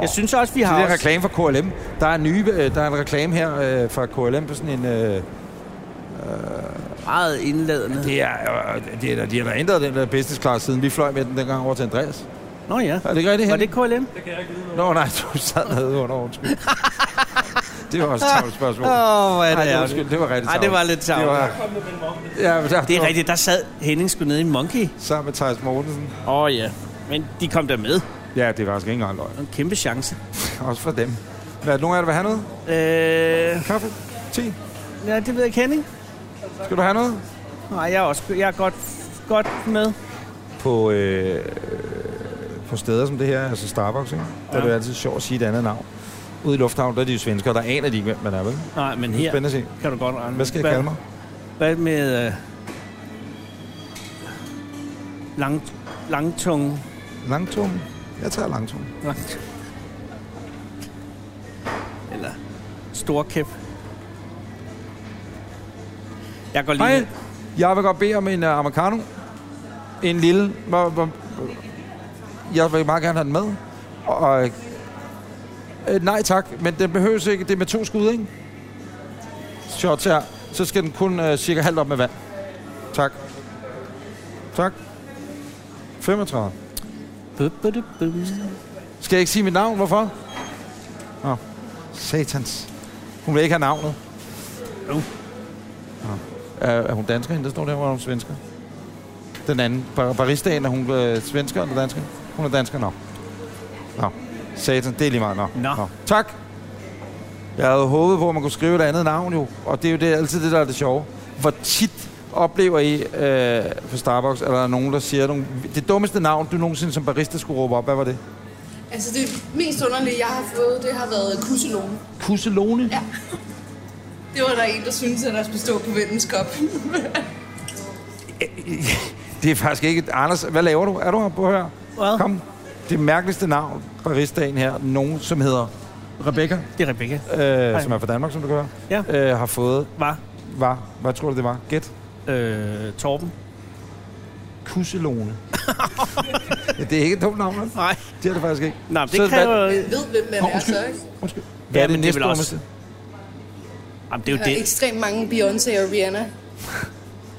S3: Jeg synes også, vi
S2: Så
S3: har
S2: det er
S3: også...
S2: reklame for KLM. Der er, nye, øh, der er en reklame her øh, fra KLM på sådan en... Øh,
S3: meget indladende.
S2: det er, øh, det er, de har da ændret den der business class, siden vi fløj med den dengang over til Andreas.
S3: Nå ja.
S2: Er det ikke rigtigt,
S3: Var
S2: Henning?
S3: det KLM?
S2: Nå nej, du sad nede under,
S3: <laughs>
S2: undskyld. det var også et travlt spørgsmål.
S3: Åh, hvor er
S2: Nej, det,
S3: ærgerligt.
S2: undskyld, det var rigtig
S3: Ej, det var lidt
S2: Det
S3: tavligt.
S2: var... Ja, men der,
S3: Det er rigtigt, der sad Henning sgu nede i Monkey.
S2: Sammen med Thijs Mortensen.
S3: Åh oh, ja, men de kom der med.
S2: Ja, det var faktisk ikke engang løgn.
S3: En kæmpe chance.
S2: Også for dem. Hvad er det nogen af jer, der vil have noget?
S3: Øh,
S2: Kaffe? Te?
S3: ja, det ved jeg ikke, Henning.
S2: Skal du have noget?
S3: Nej, jeg er, også, jeg er godt, godt med.
S2: På, øh, på steder som det her, altså Starbucks, ikke? der er det jo altid sjovt at sige et andet navn. Ude i Lufthavn, der er de jo svenskere, der aner de ikke, hvem man er, vel? Det
S3: Nej, men
S2: er
S3: her
S2: spændende at se.
S3: kan du godt regne.
S2: Hvad skal jeg kalde mig?
S3: Hvad med øh, lang, langtunge?
S2: Langtum? Jeg tager langtum.
S3: Lang, eller storkæp? Jeg går lige...
S2: Hej, jeg vil godt bede om en uh, americano. En lille. Hvor, hvor, jeg vil meget gerne have den med. Og, øh, nej tak, men den behøves ikke. Det er med to skud, ikke? Shots her. Så skal den kun øh, cirka halvt op med vand. Tak. Tak. 35.
S3: Bup, bup, bup, bup.
S2: Skal jeg ikke sige mit navn? Hvorfor? Nå. Satans. Hun vil ikke have navnet.
S3: Jo.
S2: Nå. Er, er hun dansker? hende, Der står der, hvor er hun svensker. Den anden. Bar- Baristaen, er hun øh, svensker eller dansker? Hun er dansker. Nå. Nå. Satan, det er lige meget. Nå.
S3: Nå.
S2: Tak. Jeg havde håbet på, at man kunne skrive et andet navn jo. Og det er jo det, altid det, der er det sjove. Hvor tit oplever I øh, på Starbucks, at der er nogen, der siger... Nogle, det dummeste navn, du nogensinde som barista skulle råbe op, hvad var det?
S5: Altså det mest underlige, jeg har fået, det har været kusselone.
S2: Kusselone?
S5: Ja. Det var der en, der syntes, at der skulle stå på vendens kop.
S2: Det er faktisk ikke... Anders, hvad laver du? Er du her på her?
S3: Hvad?
S2: Kom. Det mærkeligste navn på rigsdagen her, nogen som hedder Rebecca,
S3: Det er Rebecca.
S2: øh, som er fra Danmark, som du kan høre, øh, har fået...
S3: Var
S2: Var, hvad tror du, det var? Gæt.
S3: øh, Torben?
S2: Kusselone. ja, det er ikke et dumt navn, vel?
S3: Nej.
S2: Det er det faktisk ikke.
S3: Nej, det
S2: Så
S3: kan
S2: hvad-
S3: jo...
S5: Jeg ved, hvem man
S2: Nå,
S5: er så, ikke?
S2: Undskyld. Hvad er det
S3: men det er
S2: næste
S3: vel også-
S2: dummeste?
S3: Jamen, det er jo
S5: Der er
S3: det.
S5: ekstremt mange Beyoncé og Rihanna.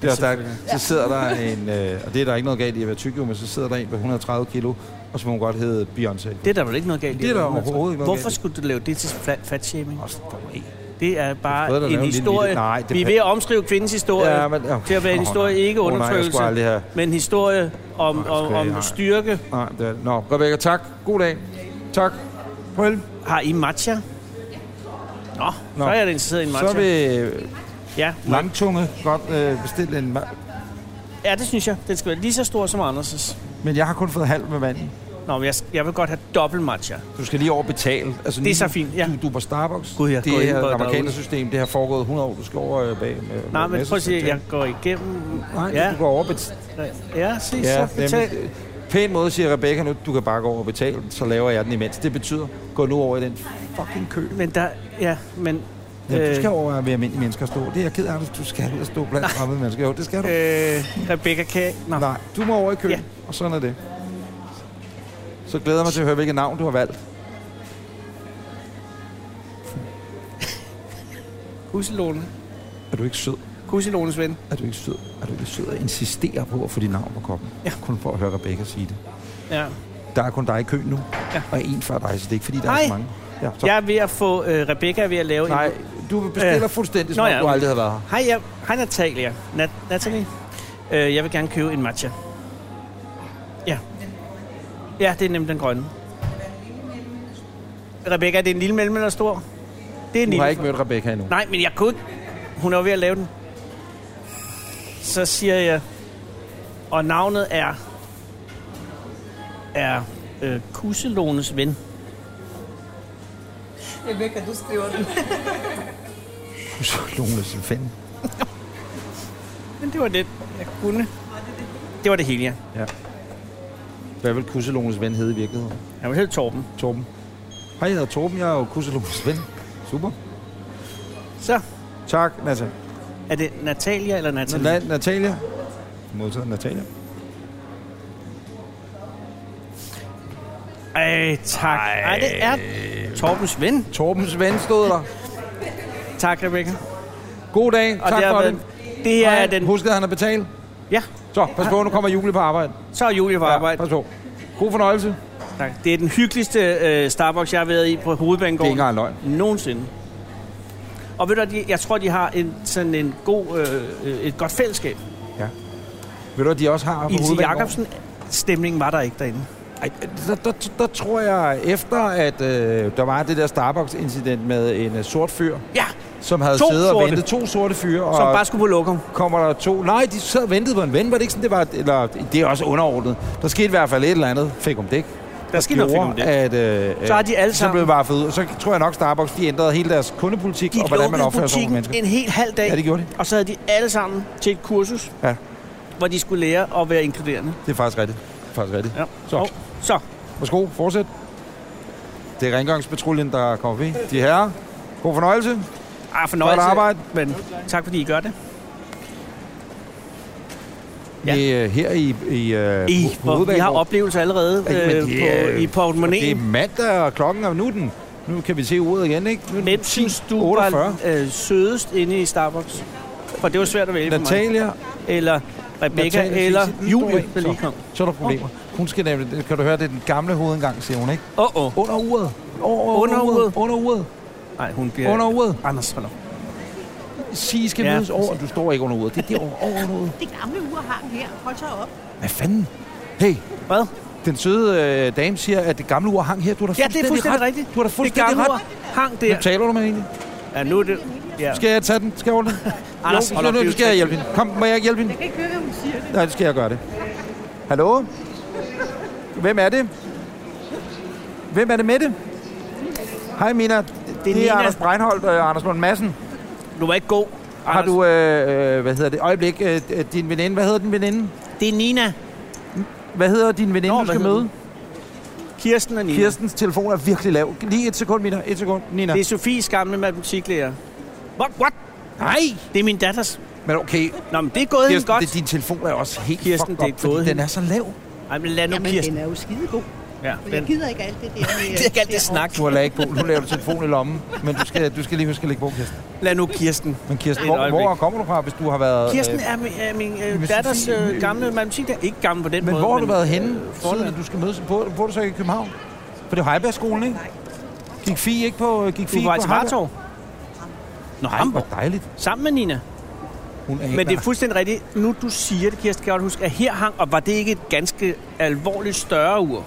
S2: Det er også der, så sidder der en... Øh, og det er der ikke noget galt i at være tyk, jo, men så sidder der en på 130 kilo, og som hun godt hedde Beyoncé.
S3: Det er der vel ikke noget galt i.
S2: Det er der overhovedet ikke noget
S3: Hvorfor
S2: galt i.
S3: skulle du lave det til fat- fatshaming?
S2: Også dum en.
S3: Det er bare
S2: Det er bedre, at
S3: en
S2: lave en lille
S3: historie.
S2: bitte- Nej, det
S3: Vi er
S2: pa-
S3: ved at omskrive kvindens historie
S2: Ja, men- okay.
S3: til at være en
S2: Åh,
S3: historie,
S2: nej.
S3: ikke
S2: Åh, nej, jeg skulle
S3: undertrykkelse,
S2: aldrig have-
S3: men historie om,
S2: Åh, jeg
S3: om,
S2: skulle ikke, nej.
S3: om styrke.
S2: Nej, det er... Nå, Rebecca, tak. God dag. Tak. Prøv.
S3: Har I matcha? Nå,
S2: Nå.
S3: så er jeg da interesseret i en matcha.
S2: Så vil
S3: Ja,
S2: Langtunge godt øh, bestille en mad.
S3: ja, det synes jeg. Den skal være lige så stor som Anders'.
S2: Men jeg har kun fået halv med vand. i.
S3: Nå, men jeg, jeg vil godt have dobbelt matcha.
S2: Du skal lige over betale. Altså,
S3: Det er så fint, ja.
S2: Du, du er på Starbucks.
S3: Gud, jeg går
S2: det
S3: ind
S2: her
S3: på derude.
S2: amerikanske system, det har foregået 100 år. Du skal over øh, bag med...
S3: Nej,
S2: med
S3: men prøv at se,
S2: Messersystem.
S3: jeg går igennem.
S2: Nej,
S3: ja,
S2: du går over betale.
S3: ja, se,
S2: Ja,
S3: så betal.
S2: nemlig. Pæn måde, siger Rebecca nu. Du kan bare gå over og betale, så laver jeg den imens. Det betyder, gå nu over i den fucking kø.
S3: Men der, ja, men...
S2: Ja, du skal
S3: øh,
S2: over ved almindelige mennesker og stå. Det er jeg ked af, at du skal ud og stå blandt fremmede mennesker. Jo, det skal du.
S3: øh, Rebecca kan... Nå,
S2: Nej, du må over i køen,
S3: Ja.
S2: og sådan er det. Så glæder jeg mig til at høre, hvilket navn du har valgt.
S3: Husselone.
S2: Er du ikke sød?
S3: Kusilones ven.
S2: Er du ikke sød? Er du ikke sød at insistere på at få dit navn på koppen?
S3: Ja.
S2: Kun for at høre Rebecca sige det.
S3: Ja.
S2: Der er kun dig i køen nu,
S3: Ja.
S2: og en før dig, så det er ikke fordi, der er
S3: Nej.
S2: så mange. Ja, så.
S3: Jeg er ved at få... Øh, Rebecca er ved at lave
S2: Nej,
S3: en...
S2: du bestiller
S3: Øh.
S2: fuldstændig,
S3: Nå
S2: som om
S3: ja,
S2: du
S3: okay.
S2: aldrig har været her.
S3: Hej, jeg, hej Natalia. Nat, Natalie. Øh, jeg vil gerne købe en matcha. Ja. Ja, det er nemlig den grønne. Rebecca, er det en lille mellem eller stor? Det er en
S2: Du har
S3: lille.
S2: ikke mødt Rebecca endnu.
S3: Nej, men jeg kunne ikke. Hun er jo ved at lave den. Så siger jeg... Og navnet er... Er øh, Kuselones ven.
S5: Rebecca, du skriver den.
S2: <laughs> Så Lone sin fanden.
S3: Men det var det, jeg kunne. Det var det hele, ja.
S2: Hvad vil Kusselones ven hedde i virkeligheden?
S3: Jeg var helt Torben.
S2: Torben. Hej, jeg hedder Torben. Jeg er jo Kusselones ven. Super.
S3: Så
S2: Tak, Nata.
S3: er det Natalia eller Natalia?
S2: Na- Natalia. Modtaget Natalia.
S3: Ej, tak. Ej, det er Torbens ven.
S2: Torbens ven stod der.
S3: Tak, Rebecca.
S2: God dag.
S3: Og
S2: tak
S3: det har
S2: for
S3: været-
S2: det.
S3: Det her
S2: Hej.
S3: er den...
S2: Husk, at han har betalt.
S3: Ja,
S2: Så, pas på, nu kommer Julie på arbejde.
S3: så er Julie på
S2: Ja,
S3: arbejde.
S2: pas på. God fornøjelse. Det
S3: Tak. Det er den hyggeligste øh, Starbucks, jeg har været i på
S2: er ikke
S3: Hovedbanegården.
S2: engang løgn.
S3: Nogensinde. Og ved du, hvad, de- jeg tror, de har en, sådan en god, øh, øh, et godt fællesskab.
S2: Ved du, hvad de også har på
S3: Ilse
S2: Hovedbanegården?
S3: Jacobsen, stemningen var der ikke derinde.
S2: Ej, der, der, der tror jeg, efter at øh, der var det der Starbucks-incident med en øh, sort fyr,
S3: Ja,
S2: som havde
S3: To
S2: siddet og
S3: sorte.
S2: ventet to sorte fyre, og
S3: som bare skulle på lokum.
S2: kommer der to... Nej, de sad og ventede på en ven, var det ikke sådan, det var... Eller, det er også underordnet. Der skete i hvert fald et eller andet. Fik om dæk.
S3: Der skete noget fik om dæk.
S2: At, øh, øh,
S3: Så har de alle
S2: så
S3: sammen-
S2: blev varfet ud. Og Så tror jeg nok, Starbucks de ændrede hele deres kundepolitik,
S3: De
S2: og hvordan man
S3: lukkede
S2: opfører sig over for
S3: butikken
S2: mennesker.
S3: en hel halv dag,
S2: Ja, det gjorde de.
S3: og så havde de alle sammen til et kursus,
S2: Ja.
S3: hvor de skulle lære at være inkluderende.
S2: Det er faktisk rigtigt. Det er faktisk rigtigt.
S3: Ja.
S2: Så.
S3: Og, så, ah,
S2: Værsgo, fortsæt. Det er rengøringspatruljen, der kommer forbi. De herrer, god fornøjelse.
S3: ah, fornøjelse.
S2: Godt arbejde.
S3: Men tak, fordi I gør det. Ja.
S2: Ja. I, øh, her i, i, øh,
S3: I,
S2: på- på
S3: hvor vi har
S2: Hovedbanegården.
S3: oplevelser allerede
S2: Ja, men
S3: øh,
S2: det
S3: på,
S2: er-
S3: i portemonnaien.
S2: Det er mandag, og klokken er nu er den. Nu kan vi se uret igen, ikke? Nu er den
S3: Hvem
S2: 10,
S3: synes du
S2: 48.
S3: var øh, sødest inde i Starbucks? For det var svært at vælge for
S2: Natalia,
S3: mig. Eller Rebecca,
S2: Natalia fik
S3: eller
S2: sit lille
S3: Julie,
S2: problem,
S3: der lige
S2: så.
S3: kom.
S2: så er der problemer. Hun skal nemlig, det kan du høre, det er den gamle hovedindgang, siger hun, ikke?
S3: Åh, oh, åh.
S2: Under uret. Over,
S3: Under uret.
S2: Under uret.
S3: Oh. Nej, hun bliver...
S2: Under uret.
S3: Anders, hold op.
S2: Sige skal
S3: Ja,
S2: mødes over. Du står ikke under uret. Det er derovre over under uret.
S6: Det gamle ur hang her. Hold så op.
S2: Hvad fanden? Hey,
S3: Hvad?
S2: den søde øh, dame siger, at det gamle ur hang her. Du har da
S3: Ja, det er fuldstændig rigtigt.
S2: Du har da
S3: Det
S2: fuldstændig
S3: gamle
S2: ret.
S3: ord hang
S2: Hvem
S3: der.
S2: taler du med egentlig?
S3: Ja, nu er det... Ja.
S2: Skal jeg tage den? Skal jeg
S3: <laughs>
S2: ordne den?
S3: Anders,
S2: jo,
S3: hold op,
S2: nu,
S3: det er
S2: nu
S3: jo
S2: skal jeg hjælpe hende. Kom, må jeg ikke hjælpe hende?
S6: Jeg kan ikke høre, hvad hun siger.
S2: Nej, det skal jeg gøre det. Hallo? Hvem er det? Hvem er det med det? Hej Mina, det, det er
S3: Nina.
S2: Anders Breinholt og Anders Lund Madsen.
S3: Du var ikke god.
S2: Har
S3: Anders.
S2: du, øh, øh, hvad hedder det, øjeblik, øh, øh, din veninde, hvad hedder din veninde?
S3: Det er Nina.
S2: Hvad hedder din veninde,
S3: Nå,
S2: du
S3: hvad
S2: skal
S3: hedder
S2: møde?
S3: den? Kirsten og Nina.
S2: Kirstens telefon er virkelig lav. Lige et sekund, Mina. Et sekund, Nina.
S3: Det er Sofies gamle matematiklærer. What? What?
S2: Nej!
S3: Det er min datters.
S2: Men okay,
S3: Nå, men det er gået hende
S2: Kirsten,
S3: godt.
S2: det, din telefon er også helt
S3: Kirsten,
S2: fucked
S3: det er
S2: up, fordi
S3: gået
S2: den
S3: hende.
S2: er så lav.
S3: Ej, men lad nu
S6: Jamen,
S3: Kirsten.
S6: den er jo skidegod.
S3: Ja,
S6: Men jeg
S3: den.
S6: gider ikke alt
S3: <laughs>
S6: det der. Med,
S3: Det er ikke alt det snak.
S2: Du har lag på. Nu laver du telefonen i lommen. Men du skal, du skal lige huske at lægge på, Kirsten.
S3: Lad nu Kirsten.
S2: Men Kirsten,
S3: Et
S2: hvor,
S3: øjeblik.
S2: hvor kommer du fra, hvis du har været... øh,
S3: Kirsten er min, er min øh,
S2: hvis
S3: datters
S2: du siger-
S3: øh, gamle matematiklærer. Ikke gammel på den
S2: Men
S3: måde.
S2: hvor har du været henne,
S3: øh,
S2: siden at du skal mødes på? Hvor er du så ikke i København? For det er Heibergskolen, ikke? Gik Fie ikke på... Gik
S3: Du
S2: Fie
S3: er på vej til
S2: Heiberg?
S3: Vartov. Nå,
S2: Nej,
S3: Hamburg.
S2: hvor dejligt.
S3: Sammen med Nina.
S2: Hun er
S3: Men det er fuldstændig rigtigt. Nu du siger det, Kirsten, kan jeg godt huske, at her hang, og var det ikke et ganske alvorligt større ur?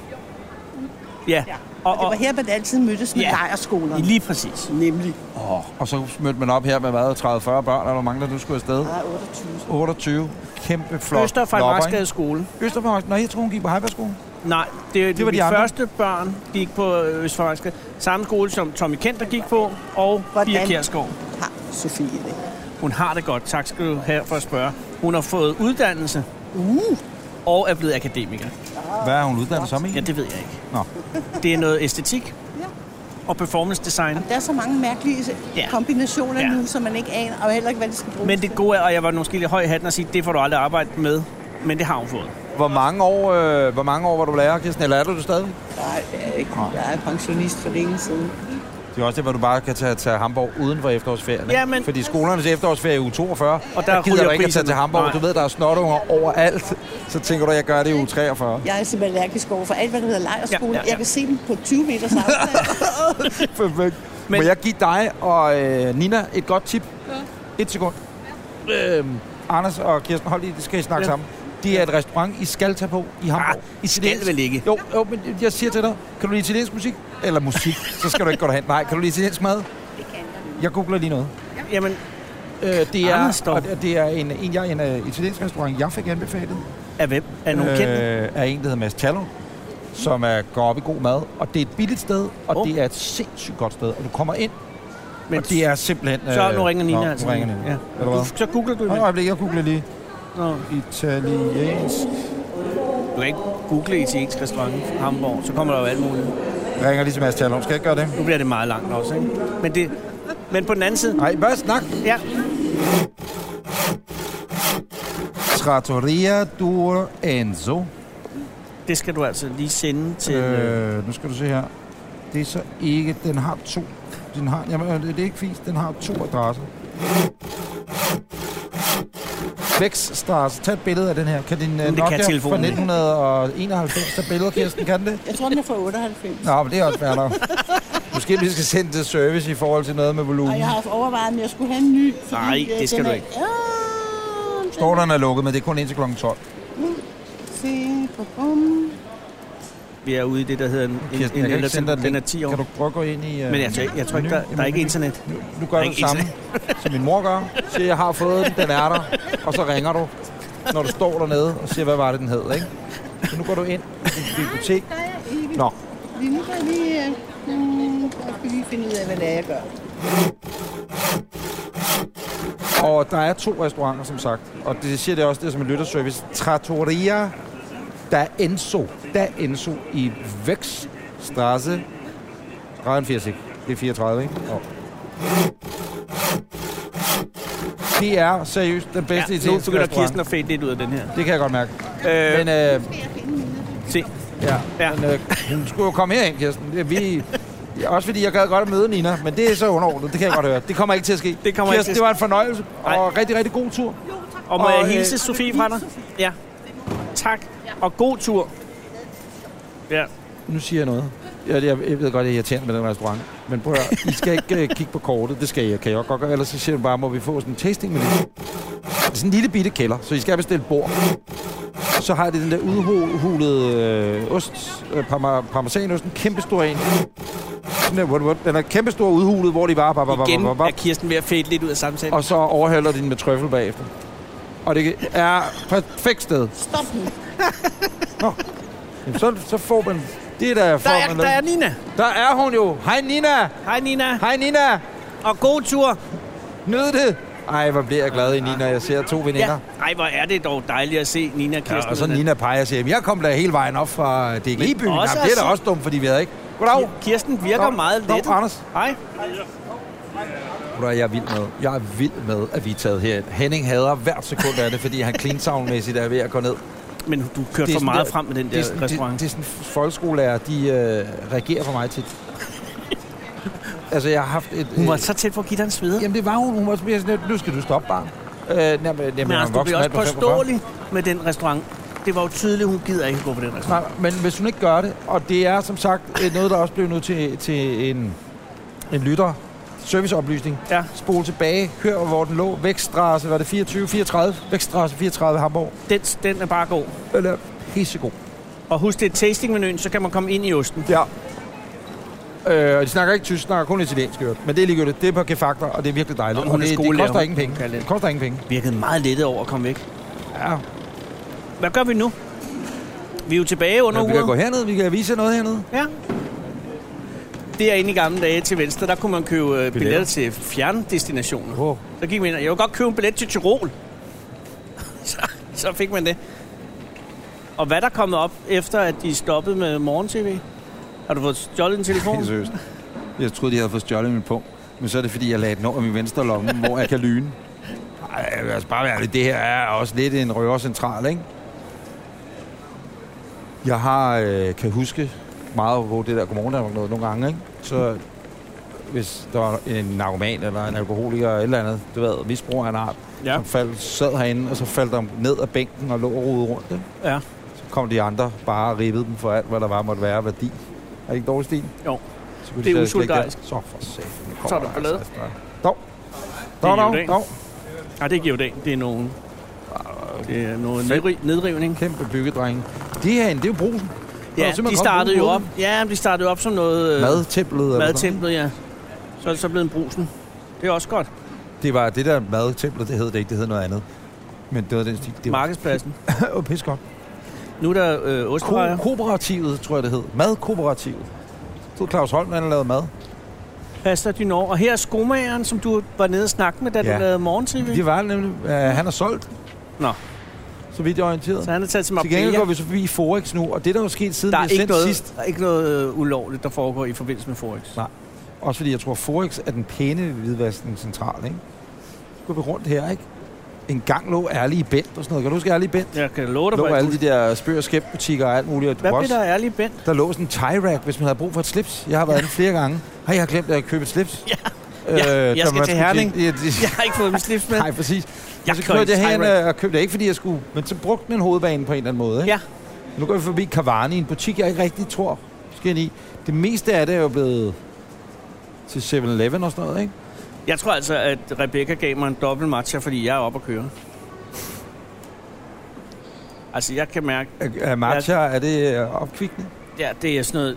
S3: Ja.
S6: Ja.
S3: Og,
S6: Og det
S3: og,
S6: var her, man altid mødtes med
S3: Ja.
S6: ja. lejerskolerne.
S3: lige præcis.
S6: Nemlig.
S2: oh, og så mødte man op her med hvad, 30-40 børn, eller hvor mange der nu skulle afsted?
S6: Der er 28.
S2: 28. Kæmpe flot.
S3: Flot. Øster fra
S2: lopper,
S3: Marskade skole.
S2: ikke? Østerfra Nej, jeg tror, hun gik på Heibergskolen.
S3: Nej, det,
S2: Det
S3: det
S2: var
S3: var
S2: de
S3: de,
S2: andre.
S3: første børn gik på Østfrankrig. Samme skole som Tommy Kent, der gik på, og
S6: Hvordan?
S3: Pia Kjærsgaard.
S6: Har Ah, Sofie det.
S3: Hun har det godt, tak skal du have for at spørge. Hun har fået uddannelse
S6: Uh,
S3: og er blevet akademiker.
S2: Hvad er hun uddannet som i?
S3: Ja, det ved jeg ikke.
S2: Nå.
S3: Det er noget æstetik
S6: Ja.
S3: og performance design.
S6: der er så mange mærkelige
S3: Ja.
S6: ja. kombinationer
S3: Ja.
S6: ja. nu, som man ikke aner, og heller ikke, hvad det skal bruges
S3: Men det gode er, og jeg var måske lidt høj i hatten og sige, det får du aldrig arbejdet med, men det har hun fået.
S2: Hvor mange år, øh, hvor mange år var du lærer, Kirsten? Eller er du det stadig?
S6: til. Nej, det er jeg ikke. Jeg er pensionist for længe siden.
S2: Det er også det, hvor du bare kan tage til Hamburg uden for efterårsferien. ikke?
S3: Ja, men-
S2: Fordi skolernes efterårsferie er uge 42,
S3: Og
S2: gider
S3: der ryger
S2: du ikke at tage
S3: priserne.
S2: til Hamburg.
S3: Nej.
S2: Du ved, der er snotunger overalt. Så tænker du, at jeg gør det i uge 43.
S6: Jeg er simpelthen allergisk over for alt, hvad der hedder lejerskole.
S3: Ja, ja,
S6: Ja, ja,
S3: ja.
S6: ja. Jeg kan se dem på 20 meters afstand.
S2: Perfekt. Men... Må jeg give dig og øh, Nina et godt tip? Ja. Et sekund. Øhm, Anders og Kirsten, hold lige, det skal I snakke ja.
S3: Ja.
S2: sammen. Det er et restaurant, I skal tage på i Hamburg.
S3: Ah, I skal vel ikke.
S2: Jo, jo, men jeg siger til dig, kan du lide italiensk musik? Eller musik, så skal du ikke gå derhen. Nej, kan du lide italiensk mad? Det kan jeg. Jeg googler lige noget.
S3: Jamen,
S2: Øh, det er,
S3: Anders, dog.
S2: og det- det er en, en, jeg, en uh, italiensk restaurant, jeg fik anbefalet.
S3: er hvem? Er nogen øh, kendte?
S2: Øh, af en, der hedder Mads Tallo, som er, går op i god mad. Og det er et billigt sted, og
S3: Oh.
S2: oh. det er et sindssygt godt sted. Og du kommer ind, Men
S3: Men
S2: og det er simpelthen... øh,
S3: Så nu ringer Nina
S2: nå,
S3: altså.
S2: Nu ringer Nina.
S3: Ja.
S2: Ved du hvad?
S3: Så googler du
S2: Nå, et
S3: imens.
S2: øjeblik, jeg googler lige.
S3: Nå.
S2: Italiensk.
S3: Du kan ikke google italiensk restaurant i Hamburg, så kommer der jo alt muligt.
S2: Jeg ringer lige til Mads Tjerlund. Skal jeg ikke gøre det?
S3: Nu bliver det meget langt også, ikke? Men, det, men på den anden side,
S2: Nej, bare snak.
S3: ja,
S2: Trattoria Dur Enzo.
S3: det skal du altså lige sende til... Øh.
S2: Øh, nu skal du se her. Det er så ikke... Den har to... Den har, jamen, øh, det er ikke fisk. Den har to adresser. Vækststrasse. Tag et billede af den her. Kan din øh,
S3: det kan
S2: Nokia fra
S3: telefonen ikke.
S2: 1991 tage billeder, Kirsten? Kan den det?
S6: Jeg tror, den er fra 98.
S2: Nå, men det er også fair nok. Måske vi skal sende til service i forhold til noget med
S6: Og
S2: volumen.
S6: jeg har haft overvejet, om jeg skulle have en ny. fordi,
S3: Nej,
S6: øh,
S3: det skal
S6: den
S3: du
S6: er-
S3: ikke.
S6: Ja, den-
S2: Står der, den er lukket, men det er kun indtil kl. 12.
S6: Se, bum, bum.
S3: Vi er ude i det, der hedder en,
S2: Kirsten, jeg
S3: en, en
S2: kan ikke sende dig
S3: den,
S2: et
S3: den er
S2: link.
S3: 10 år.
S2: Kan du prøve at gå ind i... Uh,
S3: Men altså, jeg, tror ikke- jeg tror ikke, der, der er ikke internet.
S2: Nu, nu gør
S3: Der er
S2: du det
S3: ikke
S2: samme, som min mor gør. Siger, jeg har fået den, den er der. Og så ringer du, når du står dernede og siger, hvad var det, den hed, ikke? Så nu går du ind i et bibliotek.
S6: Der er ikke.
S2: Nå,
S6: Lige nu går jeg lige... øh, Hmm, jeg skal lige finde ud af, hvad det er, jeg gør.
S2: og der er to restauranter, som sagt. Og det siger det også, det er som en lytterservice. Trattoria da Enzo. Da Enzo i Vækststrasse. 83, ikke? Det er 34, ikke? Jo. Det er seriøst den bedste
S3: Ja, nu
S2: italienske
S3: begynder
S2: restaurant.
S3: Kirsten at fade lidt ud af den her.
S2: Det kan jeg godt mærke.
S3: Øh,
S2: Men, øh,
S3: se.
S2: ja,
S3: Ja.
S2: ja. men øh, hun skulle jo komme herind, Kirsten. Det er Vi, ja, også fordi jeg gad godt at møde Nina, men det er så underordnet. Det kan jeg godt høre. Det kommer ikke til at ske.
S3: Det kommer ikke
S2: Kirsten,
S3: til at
S2: det var en fornøjelse,
S3: Nej.
S2: og rigtig, rigtig god tur.
S3: Og må
S2: Og,
S3: jeg
S2: øh,
S3: hilse Sofie fra dig? Ja. Tak. Og god tur. Ja.
S2: Nu siger jeg noget. Jeg, jeg, jeg ved godt, at jeg er irriterende med den restaurant. Men prøv at høre, I skal ikke øh, kigge på kortet. Det skal jeg, kan jeg også godt gøre. Ellers så siger jeg bare, må vi få sådan en tasting menu. Det er sådan en lille bitte kælder, så I skal bestille bord. Så har det den der udhulede øh, ost, øh, parma, parmesanosten, kæmpestor en. Den er, what, what, den er kæmpestor udhulet, hvor de bare... Bap, bap, bap,
S3: Igen
S2: bap, bap,
S3: er Kirsten ved at fade lidt ud af samtalen.
S2: og så overhælder de den med trøffel bagefter. Og det er perfekt sted.
S6: Stop nu.
S2: Jamen, Så, så får man... Det er der,
S3: Der er,
S2: man,
S3: der er Nina.
S2: der er hun jo. Hej Nina!
S3: Hej Nina.
S2: Hej Nina!
S3: Og god tur.
S2: Nyd det! Ej, hvor bliver jeg glad i Nina. Jeg ser to veninder.
S3: Ja. Ej, hvor er det dog dejligt at se Nina og Kirsten.
S2: Ja, og så Nina peger og siger, "Jamen, jeg kom da hele vejen op fra DGI-byen. Jamen, det
S3: også altså-
S2: er
S3: at
S2: da
S3: sige-
S2: også dumt, fordi vi havde ikke... Goddag!
S3: Kirsten virker
S2: Nå,
S3: meget
S2: nå,
S3: let.
S2: Anders.
S3: Hej.
S2: Goddag, jeg er vild med. Jeg er vild med, at vi er taget herind. Henning hader hvert sekund af det, fordi han clean er ved at gå ned.
S3: Men du kørte for
S2: sådan
S3: meget
S2: der-
S3: frem med den
S2: det er
S3: der
S2: sådan,
S3: restaurant.
S2: Det, det er sådan, folkeskolelærer, de øh, reagerer for mig
S3: <laughs>
S2: tit. altså, jeg har haft et...
S3: Hun var
S2: øh,
S3: så tæt på at give dig en sveder.
S2: Jamen, det var hun. Hun var sådan lidt, nu skal du stoppe, barn. Øh, jamen, jamen,
S3: Men
S2: jeg er en
S3: altså, du
S2: voksen
S3: bliver også
S2: mand på 45.
S3: påståelig med den restaurant. Det var jo tydeligt, hun gider ikke gå på den restaurant.
S2: Nej, men hvis hun ikke gør det, og det er som sagt øh, noget, der også blev nu til, til en, en lytter, serviceoplysning.
S3: Ja.
S2: Spol tilbage, hør hvor den lå. Vækststrasse, var det 24, 34? Vækststrasse 34 Hamburg.
S3: Den, den er bare god.
S2: Eller hissegod.
S3: Og husk, det er tastingmenuen, så kan man komme ind i osten.
S2: Ja. Øh, og de snakker ikke tysk, de snakker kun italiensk, i øvrigt. men det er ligegyldigt. Det er på Gefaktor, og det er virkelig dejligt.
S3: Nå, men
S2: og
S3: hun er
S2: det, det
S3: skolelærer,
S2: koster
S3: hun
S2: ingen penge.
S3: kan lidt.
S2: Det koster ingen penge.
S3: Virkede meget lettet over at komme væk.
S2: Ja.
S3: Hvad gør vi nu? Vi er jo tilbage under
S2: Men vi kan gå
S3: uret.
S2: herned, vi kan vise jer noget hernede.
S3: Ja. Derinde i gamle dage til venstre, der kunne man købe billetter, billetter til fjerndestinationer.
S2: Wow.
S3: Så gik man ind, og jeg vil godt købe en billet til Tirol. <laughs> så, så fik man det. Og hvad er der kommet op, efter at de stoppede med morgen-tv? Har du fået stjålet en
S2: <laughs>
S3: telefon?
S2: Helt seriøst. Jeg troede, de havde fået stjålet min punkt. Men så er det, fordi jeg lagde den over i min venstre lomme, <laughs> hvor jeg kan lyne. Ej, jeg vil altså bare være ærlig. Det her er også lidt en røvercentral, ikke? Jeg har, øh, kan huske meget på det der godmorgen Danmark noget nogle gange, ikke? Så hvis der var en narkoman eller en alkoholiker eller et eller andet, du ved, misbrug af en art,
S3: Ja.
S2: ja. som faldt, sad herinde, og så faldt de ned af bænken og lå og rodede rundt, ikke?
S3: Ja.
S2: Så kom de andre bare og ribbede dem for alt, hvad der var måtte være af værdi. Er det ikke dårlig stil?
S3: Jo.
S2: Så kunne
S3: Det er
S2: de stadig ligge der.
S3: usolidarisk.
S2: Så for satan. altså
S3: Så er der ballade.
S2: Dog.
S3: Det er
S2: Dog, dog,
S3: judaen.
S2: dog.
S3: Nej, Ah, det giver jo dag. Det er nogen... Det er noget nedri- nedrivning.
S2: Kæmpe byggedrenge. Det herinde, det er jo brusen. Der er
S3: Ja,
S2: simpelthen
S3: de
S2: kommet
S3: startede jo
S2: brusen på
S3: op. Ja, men de startede op som noget...
S2: den.
S3: øh,
S2: Madtemplet. eller sådan noget.
S3: Madtemplet, ja. Så er det så blevet en brusen. Det er også godt.
S2: Det var det der madtemplet, det hed det ikke, det hed noget andet. Men det var den stil. Det var
S3: Markedspladsen.
S2: <laughs> oh, pis godt.
S3: Nu er der øh, ostrejer.
S2: Ko- kooperativet, tror jeg det hed. Madkooperativet. Så Claus Holm, han lavede mad.
S3: Pasta Dynor. Og her er skomageren, som du var nede og snakke med, da
S2: Ja.
S3: du lavede morgen-tv.
S2: Det var det nemlig. Øh, han har solgt,
S3: Nå,
S2: så vidt jeg er orienteret.
S3: så han er taget til
S2: Til gengæld går
S3: Marbella.
S2: vi så forbi Forex nu, og det der er jo sket siden
S3: Der er,
S2: vi
S3: ikke
S2: sendte
S3: noget,
S2: sidst.
S3: der er ikke noget øh, ulovligt, der foregår i forbindelse med Forex.
S2: Nej. Også fordi jeg tror, Forex er den pæne hvidvaskning central, ikke? Så går vi rundt her, ikke? En gang lå ærlig i Bent og sådan noget. Kan du huske ærlig i Bent?
S3: Jeg kan love dig,
S2: Lå
S3: for, at
S2: alle
S3: du-
S2: de der spøg og skæb butikker og alt muligt. og
S3: hvad
S2: du
S3: blev
S2: også-
S3: der ærlig bent?
S2: Der lå sådan en tie rack, hvis man havde brug for et slips. Jeg har været inde flere gange. Har jeg glemt at købe et slips?
S3: Ja.
S2: Øh,
S3: Ja, jeg
S2: der
S3: skal
S2: var
S3: til
S2: sgu-
S3: Herning.
S2: Ja, det-
S3: <laughs> Jeg har ikke fået min slips med.
S2: Nej, præcis.
S3: Jeg
S2: Jeg så
S3: kører
S2: kørte jeg hen
S3: en tie-rack.
S2: øh, og købte det ikke, fordi jeg skulle, men så brugte min hovedbane på en eller anden måde. Ikke?
S3: Ja.
S2: Nu går vi forbi Cavani, en butik, jeg ikke rigtig tror, skal ind i. Det meste af det er jo blevet til 7-Eleven og sådan noget, ikke?
S3: Jeg tror altså, at Rebecca gav mig en dobbelt matcha, fordi jeg er oppe at køre. Altså, jeg kan mærke,
S2: Er, er matcha, er det øh, opkvikkende?
S3: ja, det er sådan noget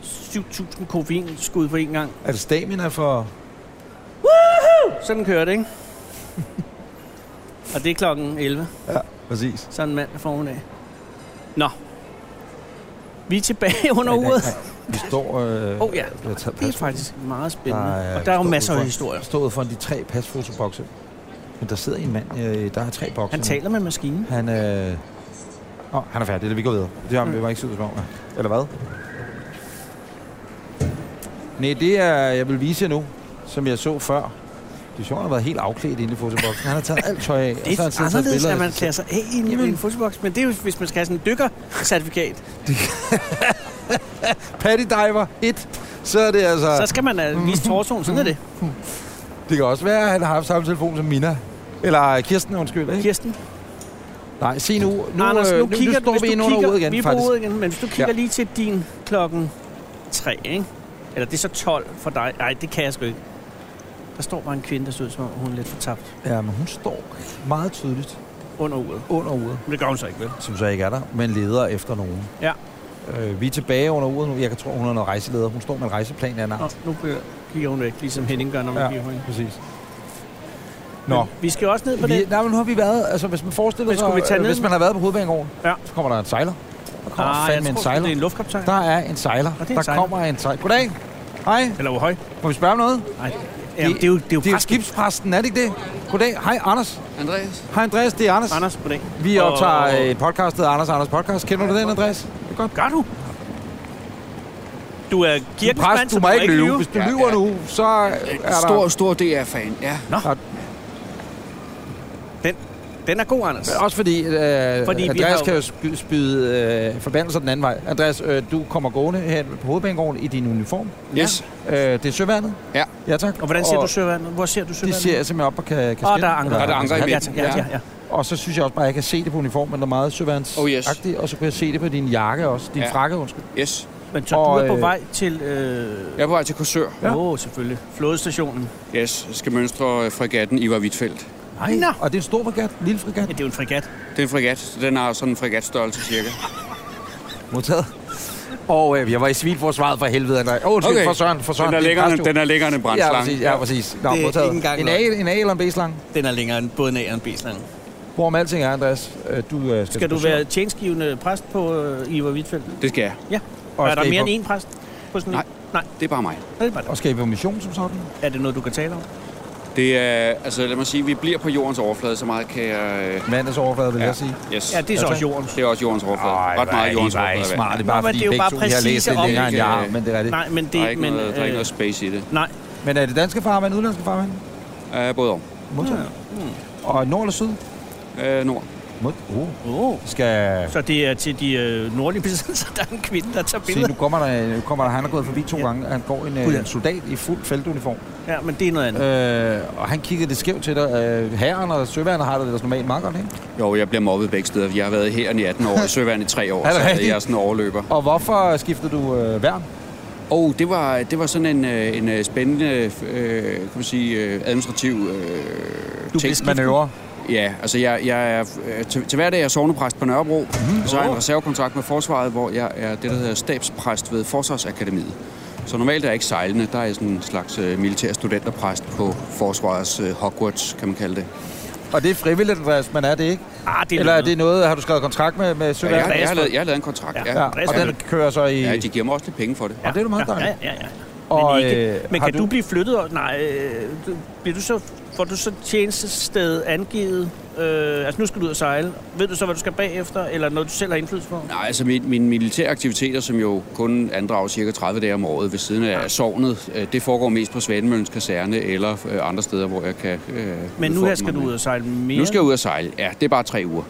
S3: 7.000 koffeinskud på én gang.
S2: Er det stamina for...
S3: Sådan
S2: <laughs>
S3: kører det, ikke? Og det er klokken 11,
S2: Ja, præcis.
S3: sådan mandag formiddag. Nå. Vi er tilbage under
S2: Nej, nej,
S3: uret.
S2: nej. Vi står... Øh,
S3: Åh, ja.
S2: bliver taget
S3: Det er
S2: pas-
S3: faktisk meget spændende.
S2: Der er-
S3: Og der er jo
S2: står
S3: masser af
S2: udenfor-
S3: historier.
S2: Stået foran de tre pasfotobokse. Men der sidder en mand, øh, der har tre bokse.
S3: Han
S2: nu.
S3: taler med maskinen.
S2: Han, øh... oh, han er færdig, det vi går videre. Det har vi var ikke sygt om. Eller hvad? Nej, det er, jeg vil vise jer nu, som jeg så før. Det er sjovt, han har været helt afklædt inde i fotoboksen. Han har taget alt tøj af.
S3: Det er anderledes, at man klæder sig af i en,
S2: Jamen.
S3: en fotoboks, men det er jo, hvis man skal have sådan en dykkercertifikat.
S2: Paddy Diver 1. Så er det altså...
S3: Så skal man uh, vise torsoen, sådan er det.
S2: Mm. Det kan også være, at han har haft samme telefon som Mina. Eller øh, Kirsten, undskyld. Ikke?
S3: Kirsten,
S2: Nej, se nu.
S3: nu,
S2: Nu,
S3: Anders,
S2: øh,
S3: nu, kigger,
S2: nu står
S3: hvis
S2: vi
S3: du
S2: ind under
S3: kigger,
S2: uret igen,
S3: vi er på
S2: faktisk.
S3: uret igen, men hvis du kigger
S2: Ja.
S3: lige til din klokken 3, ikke? Eller det er så 12 for dig. Nej, det kan jeg sgu ikke. Der står bare en kvinde, der ser ud som om, hun er lidt fortabt
S2: Ja, men hun står meget tydeligt
S3: under uret.
S2: under uret,
S3: Men det gør hun så ikke, vel?
S2: som så ikke er der, men leder efter nogen.
S3: Ja.
S2: Øh, vi er tilbage under uret nu. Jeg kan tro, hun er noget rejseleder. Hun står med en rejseplan af en
S3: Nå,
S2: art.
S3: nu begynder- kigger hun væk, ligesom Henning gør, når man ja. kigger på hende.
S2: præcis. Nå,
S3: Men Vi skal også ned på
S2: vi,
S3: det.
S2: nej, men nu har vi været, altså hvis man forestiller
S3: Men skulle vi
S2: sig,
S3: tage
S2: øh,
S3: ned?
S2: hvis man har været på hovedbanegården,
S3: Ja.
S2: så kommer der en sejler. Der kommer
S3: Ah, jeg
S2: fandme
S3: tror,
S2: en
S3: det er
S2: sejler.
S3: en luftkaptajn.
S2: Der er en sejler.
S3: Og det er en
S2: der
S3: sejler.
S2: kommer en sejler. Goddag. Hej,
S3: Eller hvor høj?
S2: må vi spørge om noget?
S3: Nej, Jamen, det, er jo, det er jo
S2: det er jo
S3: præsten.
S2: skibspræsten, er det ikke det? Goddag. Hej, Anders.
S5: Andreas?
S2: Hej, Andreas. Det er Anders.
S3: Anders, goddag.
S2: Vi
S3: Og-
S2: optager øh, en podcast, der hedder Anders og Anders Podcast. Kender du den, Andreas? Det er godt.
S3: Gør du? Du er
S2: Du er
S3: kirkens mand,
S2: præst, du
S3: så
S2: må ikke lyve. Hvis
S3: lyve.
S2: du lyver nu, så er der...
S5: Stor, stor DR-fan, ja.
S3: Den, den er god, Anders.
S2: Også fordi, øh,
S3: Fordi vi
S2: fordi
S3: har
S2: Andreas
S3: jo-
S2: kan jo sp- spyde øh, forbandelser den anden vej. Andreas, øh, du kommer gående her på hovedbanegården i din uniform.
S5: Yes.
S2: Øh, det er søværnet.
S5: Ja.
S2: Ja, tak.
S3: Og hvordan ser du søvandet? Hvor ser du
S2: Det
S3: søvandet?
S2: ser jeg simpelthen op på ka- kasketten.
S3: Åh, oh, der er anker.
S5: Der er anker i
S3: Ja,
S5: midten.
S3: tak. ja, ja, ja.
S2: Og så synes jeg også bare, at jeg kan se det på uniformen, der er meget søværnsagtigt.
S5: Oh, yes.
S2: Og så kan jeg se det på din jakke også. Din
S5: Ja.
S2: frakke, undskyld.
S5: Yes.
S3: Men så
S2: Og,
S3: du er på
S2: øh,
S3: vej til... Øh...
S5: Jeg er på vej til Korsør.
S2: Ja.
S3: Ja. Åh, oh, selvfølgelig. Flådestationen.
S5: Yes, jeg skal mønstre øh, fregatten Ivar Wittfeldt.
S2: Nej.
S3: Nå.
S2: Og det er en stor fregat, en lille fregat.
S3: Ja, det er jo en fregat.
S5: Det er en fregat, så den har sådan en fregatstørrelse cirka.
S2: Modtaget. Og øh, jeg var i civilforsvaret for helvede, André. Åh, undskyld, okay. for Søren, for Søren.
S5: Den er
S2: Det er
S5: længere,
S2: præst,
S5: end-
S2: jo.
S5: den er længere end en
S2: Ja,
S5: brændslange.
S2: præcis. Ja, præcis. Nå,
S3: Det er
S2: modtaget.
S3: ikke engang
S2: en, A,
S3: løgn.
S2: en A eller en B-slange?
S3: Den er længere end både en A og en B-slange.
S2: Hvorom alting er, Andreas, øh, du øh, skal,
S3: Skal du
S2: på søen.
S3: være tjenestgivende præst på øh, Ivar Wittfeldt?
S5: Det skal jeg.
S3: Ja.
S2: Og
S3: er
S2: skal
S3: der
S2: I
S3: mere
S2: på-
S3: end én præst? På sådan en-
S5: Nej.
S3: Nej,
S5: Det er bare mig.
S3: det er, bare det.
S2: Og skal I på mission som sådan?
S3: er det noget, du kan tale om?
S5: Det er, altså lad mig sige, vi bliver på jordens overflade, så meget kan jeg... øh,
S2: Mandens overflade, vil ja. jeg sige.
S5: Yes.
S3: Ja, det er så også jorden.
S5: Det er også jordens overflade. Ret meget jordens overflade. hvad?
S2: smart. Det er
S3: Nå,
S2: bare,
S3: men
S2: fordi
S3: det er jo
S2: begge
S3: bare
S2: to I har læst
S3: præcise
S2: det længere, end jeg
S5: oplæg.
S2: har, men det er rigtigt.
S3: Nej, men det...
S5: Der er ikke,
S3: men,
S5: noget, der er ikke
S3: øh,
S5: noget space i det.
S3: Nej,
S2: Men er det danske farvand, udenlandske farvand?
S5: Uh, både om.
S2: Modtaget.
S3: Mm.
S2: Og nord eller syd?
S5: Uh, nord.
S2: Mod. Oh.
S3: oh.
S2: Skal...
S3: så det er til de øh, nordlige <laughs> besættelser, der er en kvinde, der tager
S2: Se,
S3: billeder.
S2: nu kommer der, kommer der, han er gået forbi to
S3: Ja.
S2: gange. Han går en,
S3: Gud,
S2: øh,
S3: ja.
S2: en soldat i fuld feltuniform.
S3: Ja, men det er noget andet.
S2: Øh, og han kiggede lidt skævt til dig. Øh, herren og søværende har det ellers normalt meget godt, ikke?
S5: Jo, jeg bliver mobbet begge steder. Jeg har været her i 18 år, i søværende i 3 år,
S2: Er det
S5: så jeg er
S2: rigtigt?
S5: sådan en overløber.
S2: Og hvorfor skiftede du øh, værn?
S5: Og det var, det var sådan en, øh, en øh, spændende, øh, kan man sige, øh, administrativ øh,
S2: Du
S5: ting.
S2: manøvre.
S5: Ja, altså jeg, jeg er, øh, til, til hverdag er jeg sovnepræst på Nørrebro, mm. og så har jeg en reservekontrakt med forsvaret, hvor jeg er det, der hedder stabspræst ved Forsvarsakademiet. Så normalt er jeg ikke sejlende, der er jeg sådan en slags øh, militær studenterpræst på forsvarets øh, Hogwarts, kan man kalde det.
S2: Og det er frivilligt, Andreas, man er det ikke?
S3: Ah, det er
S2: Eller er
S3: noget
S2: det noget, har du skrevet kontrakt med, med
S5: Ja, jeg,
S2: søværende?
S5: jeg, har lavet, jeg har lavet en kontrakt,
S3: Ja.
S5: ja.
S2: Ja,
S5: ja.
S2: og den kører så i...
S5: Ja, de giver mig også lidt penge for det.
S2: Og det er du meget
S3: ja,
S2: dejligt.
S3: ja, ja, ja. Men, ikke. men
S2: øh, har
S3: kan du... blive flyttet? over- Nej, øh, du, bliver du så, får du så tjenestested angivet? Øh, altså, nu skal du ud og sejle. Ved du så, hvad du skal bagefter, eller noget, du selv har indflydelse på?
S5: Nej, altså min, mine militære aktiviteter, som jo kun andrager cirka 30 dage om året ved siden af sovnet, øh, det foregår mest på Svanemøllens kaserne eller øh, andre steder, hvor jeg kan... Øh,
S3: Men nu
S5: udfordre
S3: her skal du
S5: mig
S3: ud
S5: med.
S3: og sejle mere.
S5: Nu skal jeg ud og sejle. Ja, det er bare tre uger.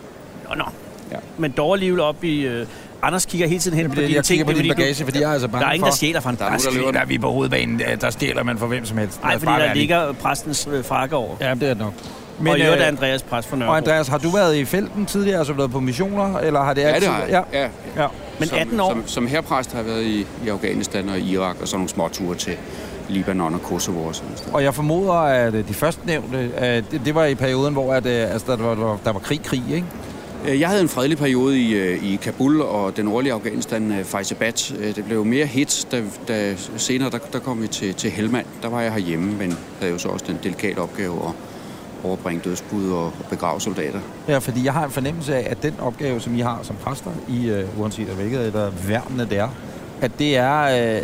S3: Nå, nå.
S5: Ja.
S3: Men dog alligevel op i... Øh, Anders kigger hele tiden hen på
S2: det,
S3: dine
S2: jeg
S3: ting.
S2: kigger på
S3: det er
S2: din
S3: fordi, du-
S2: bagage, fordi jeg er altså bange
S3: Der er ingen,
S2: for...
S3: der stjæler fra en
S5: Der er nogen,
S3: dansk.
S5: der løber
S2: der er vi på hovedbanen, der, der stjæler man for hvem som helst. Lad
S3: Nej,
S2: os
S3: fordi
S2: bare
S3: der
S2: være ærlige.
S3: ligger præstens øh, frakke over.
S2: Ja, det er det nok.
S3: Men, og i
S2: øh,
S3: øvrigt er Andreas præst for Nørrebro.
S2: og Andreas, har du været i felten tidligere, altså været på missioner, eller har det
S5: Ja, det
S2: altid-
S5: har jeg.
S2: Ja.
S5: Ja.
S2: ja.
S3: Men 18 år?
S5: Som, som herpræst har jeg været i, i Afghanistan og Irak og sådan nogle små ture til Libanon og Kosovo og sådan noget.
S2: Og jeg formoder, at øh, de førstnævnte, øh, det, det var i perioden, hvor at, øh, altså, der, var, der var krig-krig, ikke?
S5: Øh, Jeg havde en fredelig periode i, øh, i Kabul og den nordlige Afghanistan, øh, Faizabad. Øh, Det blev mere hit, da, da senere der, der kom vi til, til Helmand. Der var jeg herhjemme, men havde jo så også den delikate opgave at overbringe dødsbud og og begrave soldater.
S2: Ja, fordi jeg har en fornemmelse af, at den opgave, som I har som præster, i, øh, uanset af hvilket eller værnene det er, at det er, øh,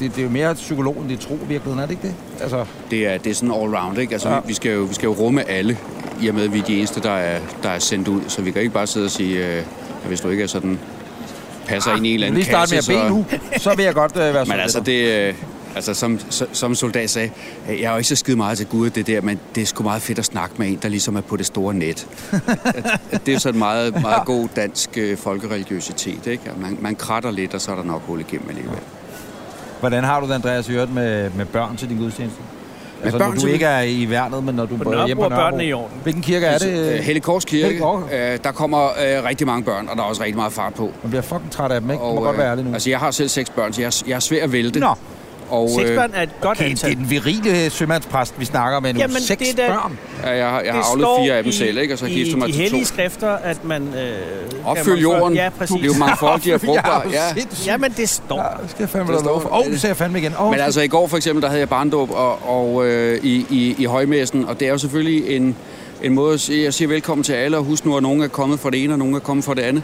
S2: det, det er jo mere psykologen, det er tro i virkeligheden, er det ikke det? Altså,
S5: Det er, det er sådan all round, ikke? Altså,
S2: Ja.
S5: ja. vi, skal jo, vi skal jo rumme alle, i og med, at vi er de eneste, der er, der er sendt ud. Så vi kan ikke bare sidde og sige, øh, at hvis du ikke er sådan, passer ind i en eller anden
S2: lige starte med at
S5: kasse,
S2: bede
S5: så...
S2: nu, så vil jeg godt <laughs> øh, være
S5: Men
S2: soldat.
S5: altså, det, øh, altså som, så- som soldat sagde, øh, jeg er jo ikke så skide meget til Gud det der, men det er sgu meget fedt at snakke med en, der ligesom er på det
S2: <laughs>
S5: store net. At- at det er sådan meget, meget god dansk øh, folkereligiøsitet, ikke? At Man, man kratter lidt, og så er der nok hul igennem alligevel.
S2: Hvordan har du det, Andreas, i øvrigt med, med børn til din gudstjeneste? Med altså,
S5: børn
S2: når du
S5: til
S2: ikke er i værnet, men når du er
S3: Nørrebro
S2: hjemme på
S3: er
S2: Nørrebro.
S3: børnene i orden.
S2: Hvilken kirke er det?
S5: Øh, Helle Kors Kirke,
S2: Helle Kors.
S5: øh, der kommer øh, rigtig mange børn, og der er også rigtig meget
S2: <laughs>
S5: fart på.
S2: Man bliver fucking træt af dem, ikke? Og, øh,
S5: Og,
S2: Må godt være ærlig nu.
S5: altså, jeg har selv seks børn, så jeg, er- jeg er svær at vælte.
S2: Nå.
S5: Og,
S3: Seks
S5: øh,
S3: børn er et godt
S2: Okay, det
S3: antal.
S2: er den virile sømandspræst, vi snakker med nu.
S3: Jamen,
S2: Seks
S3: det er da-
S2: børn.
S5: ja, jeg, har- jeg har
S3: Det
S5: aflet
S3: står
S5: fire af dem
S3: i-
S5: selv, ikke? Og så
S3: i
S5: giftet mig
S3: de
S5: til to.
S3: hellige skrifter, at man... Øh, kan
S5: Opfølg
S3: man-
S5: jorden.
S3: Ja,
S5: Du
S3: præcis.
S5: bliver mangfoldig og frugtbar.
S2: Ja,
S5: Ja.
S2: sindssygt.
S3: Jamen, det står. Ja.
S2: Ja, skal jeg fandme
S5: Det
S2: da love
S5: står-
S2: for. Åh, oh, ser jeg fandme igen. Oh,
S5: Men altså i går for eksempel, der havde jeg barndåb og, og, øh, i, i, i højmessen, og det er jo selvfølgelig en, en måde at sige, jeg siger velkommen til alle, og husk nu, at nogen er kommet fra det ene, og nogen er kommet fra det andet.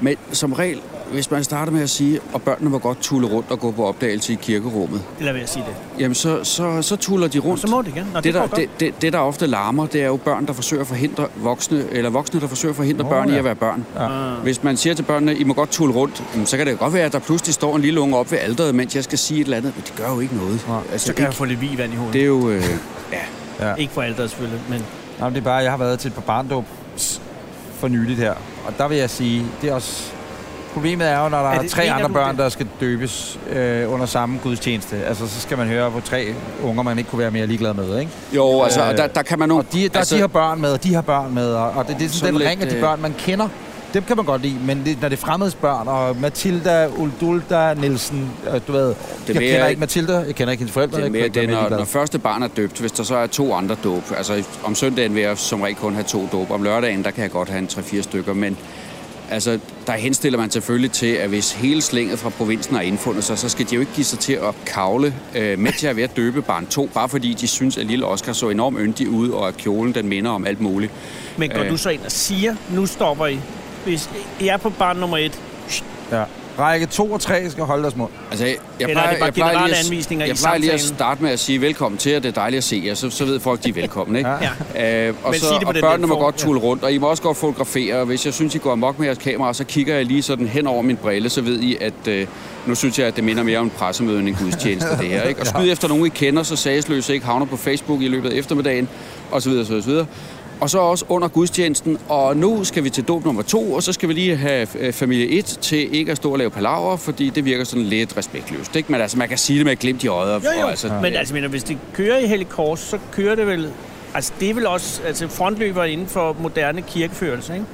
S5: Men som regel, hvis man starter med at sige, og børnene må godt tulle rundt og gå på opdagelse i kirkerummet,
S3: Eller vil jeg sige det?
S5: jamen så, så, så tuller de rundt.
S3: Så må det gerne. Nå, det,
S5: det, der,
S3: går godt.
S5: det, det, det, der ofte larmer, det er jo børn, der forsøger at forhindre voksne, eller voksne, der forsøger at forhindre
S2: Nå,
S5: oh, børn ja. i
S2: ja.
S5: at være børn. Ja. Hvis man siger til børnene, I må godt tulle rundt, jamen, så kan det jo godt være, at der pludselig står en lille unge op ved alderet, mens jeg skal sige et eller andet. Men det gør jo ikke noget. Altså,
S3: så kan jeg
S5: ikke,
S3: få lidt vi vand i hovedet.
S5: det er jo... Øh, ja.
S3: Ikke for ældre selvfølgelig, men
S2: Jamen, det er bare, jeg har været til et par barndåb for nyligt her. Og der vil jeg sige, det er også... Problemet er jo, når der
S3: Er
S2: er,
S3: det-
S2: tre
S3: mener
S2: andre
S3: du
S2: børn,
S3: det?
S2: der skal døbes øh, under samme gudstjeneste. Altså, så skal man høre på tre unger, man ikke kunne være mere ligeglad med, ikke?
S5: Jo, altså, og der, der kan man nu...
S2: øh, Og de, der, altså, de har børn med, og de har børn med, og, og det, det er sådan,
S5: Sådan
S2: den
S5: lidt,
S2: ring af de
S5: øh,
S2: børn, man kender. Dem kan man godt lide, men det, når det er fremmedsbørn, og Matilda, Uldulda, Nielsen, øh, du ved, jeg
S5: mere-
S2: kender ikke Matilda, jeg kender ikke hendes forældre.
S5: det er
S2: jeg
S5: mere
S2: kan ikke
S5: det,
S2: være
S5: når,
S2: ligeglad.
S5: når første barn er døbt, hvis der så er to andre dåb. Altså, om søndagen vil jeg som regel kun have to dåb. Om lørdagen, der kan jeg godt have en 3-4 stykker, men altså, der henstiller man selvfølgelig til, at hvis hele slænget fra provinsen har indfundet sig, så skal de jo ikke give sig til at kavle øh, med til at være døbe barn 2, bare fordi de synes, at lille Oscar så enormt yndig ud, og at kjolen den minder om alt muligt.
S3: Men går
S5: Øh.
S3: du så ind og siger, nu stopper I? Hvis I er på barn nummer et,
S2: Ja. Række 2 og 3 skal holde deres mund.
S5: Altså, jeg, jeg
S3: Eller er det bare
S5: jeg plejer lige
S3: generelle
S5: at-
S3: anvisninger i
S5: Jeg plejer lige at
S3: samtalen?
S5: starte med at sige velkommen til, og det er dejligt at se jer. Så, så ved folk, de er velkommen, ikke?
S3: ja.
S5: Øh, og,
S3: Men
S5: så,
S3: sig det på
S5: og
S3: den
S5: børnene
S3: nemme
S5: må
S3: form,
S5: godt
S3: ja.
S5: tulle rundt, og I må også godt fotografere. Og hvis jeg synes, I går amok med jeres kamera, så kigger jeg lige sådan hen over min brille, så ved I, at øh, nu synes jeg, at det minder mere om en pressemøde end en gudstjeneste, det her.
S3: <laughs>
S5: Ikke? Og skyd efter nogen, I kender, så sagsløse ikke havner på Facebook i løbet af eftermiddagen, osv. osv., osv. Og så også under gudstjenesten, og nu skal vi til dåb nummer to, og så skal vi lige have øh, familie 1 til ikke at stå og lave palaver, fordi det virker sådan lidt respektløst. Ikke? Men altså, man kan sige det med et glimt i øjet. og-
S3: Jo, jo.
S5: Og, altså,
S3: Men altså, mener, hvis det kører i helikors, så kører det vel... Altså, det er vel også altså, frontløber inden for moderne kirkeførelse, ikke?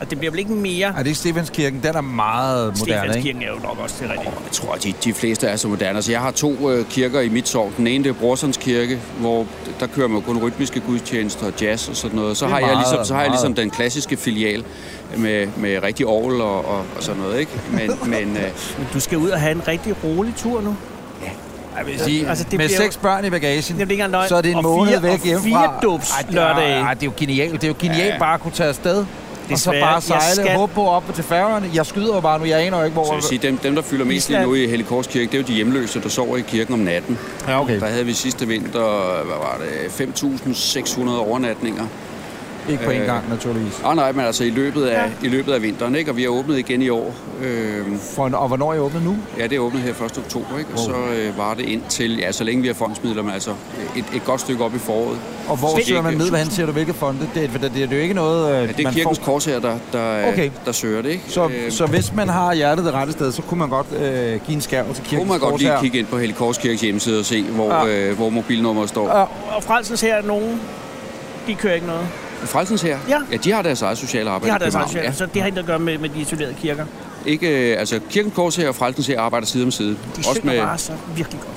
S3: Og det bliver vel ikke mere...
S2: Er det ikke Stefanskirken? Den er meget moderne, ikke?
S3: Stefanskirken er jo nok også det rigtige.
S5: Jeg tror, de, de fleste er så moderne. Så jeg har to øh, kirker i mit sovn. Den ene, det er Brorsons Kirke, hvor der kører man jo kun rytmiske gudstjenester og jazz og sådan noget. Så
S2: Det er
S5: har, jeg
S2: meget,
S5: ligesom, så har jeg
S2: meget.
S5: ligesom den klassiske filial med, med rigtig orgel og, og, og sådan noget, ikke?
S2: <laughs>
S5: Men, men øh,
S3: Men du skal ud og have en rigtig rolig tur nu.
S2: Jeg vil sige,
S3: Altså,
S2: altså,
S3: det
S2: med
S3: bliver jo-
S2: seks børn i bagagen,
S3: Jamen, det er ikke engang løgn.
S2: så er det en
S3: Og
S2: måned
S3: fire-
S2: væk
S3: og
S2: hjemmefra.
S3: fire dåbs
S2: Ej, det er-
S3: lørdage.
S2: Ej, det er jo genialt. Det er jo genialt
S5: Ja.
S2: bare at kunne tage afsted. og så bare sejle, skal... håbe på op til færgerne. Jeg skyder jo bare nu, jeg aner jo ikke, hvor...
S5: Så jeg vil sige, dem, dem, der fylder mest lige nu i Helligkors Kirke, det er jo de hjemløse, der sover i kirken om natten.
S2: Ja, okay.
S5: Der havde vi sidste vinter, hvad var det, 5.600 overnatninger.
S2: Ikke på én
S5: øh,
S2: gang, naturligvis.
S5: Ah, nej, men altså i løbet af, ja. i løbet af vinteren, ikke? Og vi har åbnet igen i år. Øh,
S2: For, en- og hvornår er I åbnet nu?
S5: ja, det åbnede her 1. oktober, ikke? Og så øh, var det indtil, ja, så længe vi har fondsmidler, men altså et, et godt stykke op i foråret.
S2: Og hvor
S5: Så
S2: søger man
S5: ikke-
S2: ned, hvad han siger du, hvilke fonde? Det, det, det, det er jo ikke noget, øh,
S5: Ja, det er
S2: man
S5: kirkens
S2: får.
S5: kors her, der, der,
S2: Okay.
S5: okay. der søger det, ikke?
S2: Så,
S5: Øh,
S2: så hvis man har hjertet det rette sted, så kunne man godt øh, give en skærv til
S5: kunne
S2: kirkens
S5: man godt
S2: Kors
S5: lige
S2: her.
S5: kigge ind på Helligkors Kirkes hjemmeside og se, hvor,
S2: Ja.
S5: ja. øh, hvor mobilnummeret står. Ja.
S3: Og, og Frelsens her er nogen, de kører ikke noget.
S5: Frelsens her,
S3: Ja.
S5: ja, de har deres eget sociale
S3: De
S5: arbejde.
S3: har
S5: i
S3: deres
S5: København,
S3: aktier, ja. så det har ikke noget at gøre med, med de isolerede kirker. De
S5: Ja. Ikke, øh, altså, Kirkens Kors her og Frelsens her arbejder side om side.
S3: synger med... bare så virkelig godt.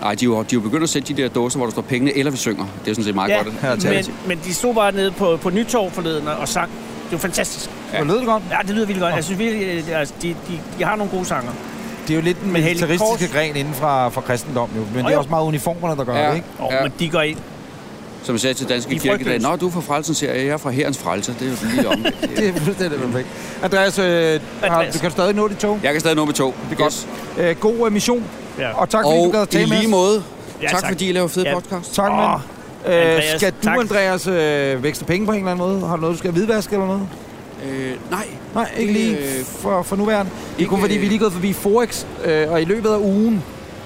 S5: Nej, de er, jo, de er jo begyndt at sætte de der dåser, hvor der står pengene, eller vi synger. Det er jo sådan set meget
S3: Ja,
S5: godt.
S3: men, men de stod bare nede på, på Nytorv forleden og og sang. Det var fantastisk.
S2: Ja. Lød det godt?
S3: Ja, det lyder vildt godt. Jeg synes virkelig, øh, det- altså, de, de, de har nogle gode sanger.
S2: Det er jo lidt den
S3: Men Hellig
S2: militaristiske
S3: Kors-
S2: gren inden fra, fra kristendom, jo. men det
S3: jo.
S2: er også meget uniformerne, der gør
S5: Ja.
S2: det, ikke?
S3: Og ja.
S5: Ja.
S3: men de går ind.
S5: Som jeg sagde til Danske
S3: De er
S5: Kirke, i dag,
S3: frygtløse.
S5: Nå, du er fra Frelsens her, jeg er fra Herrens Frelser. Det er jo
S2: <laughs>
S5: lige om.
S2: Det er fuldstændig perfekt. Andreas, øh, har,
S3: Andreas.
S2: du kan stadig nå dit tog.
S5: jeg kan stadig nå med to. Det
S2: er godt. Øh, god øh, mission,
S3: Ja.
S2: og tak fordi du gad
S5: Og
S2: at
S5: i
S2: tale med
S5: lige
S2: os.
S5: måde,
S3: Ja,
S5: ja, tak,
S3: tak.
S5: fordi I laver fede
S3: Ja.
S5: ja. podcast.
S2: Tak,
S3: Åh,
S2: mand. Øh,
S3: Andreas,
S2: skal du,
S3: tak.
S2: Andreas, øh, vækste penge på en eller anden måde? Har du noget, du skal hvidvaske eller noget?
S5: Øh, nej,
S2: Nej, ikke lige
S5: Øh,
S2: for, for nuværende. Det er kun
S5: ikke,
S3: øh,
S2: fordi, vi er lige gået forbi Forex, øh, og i løbet af ugen,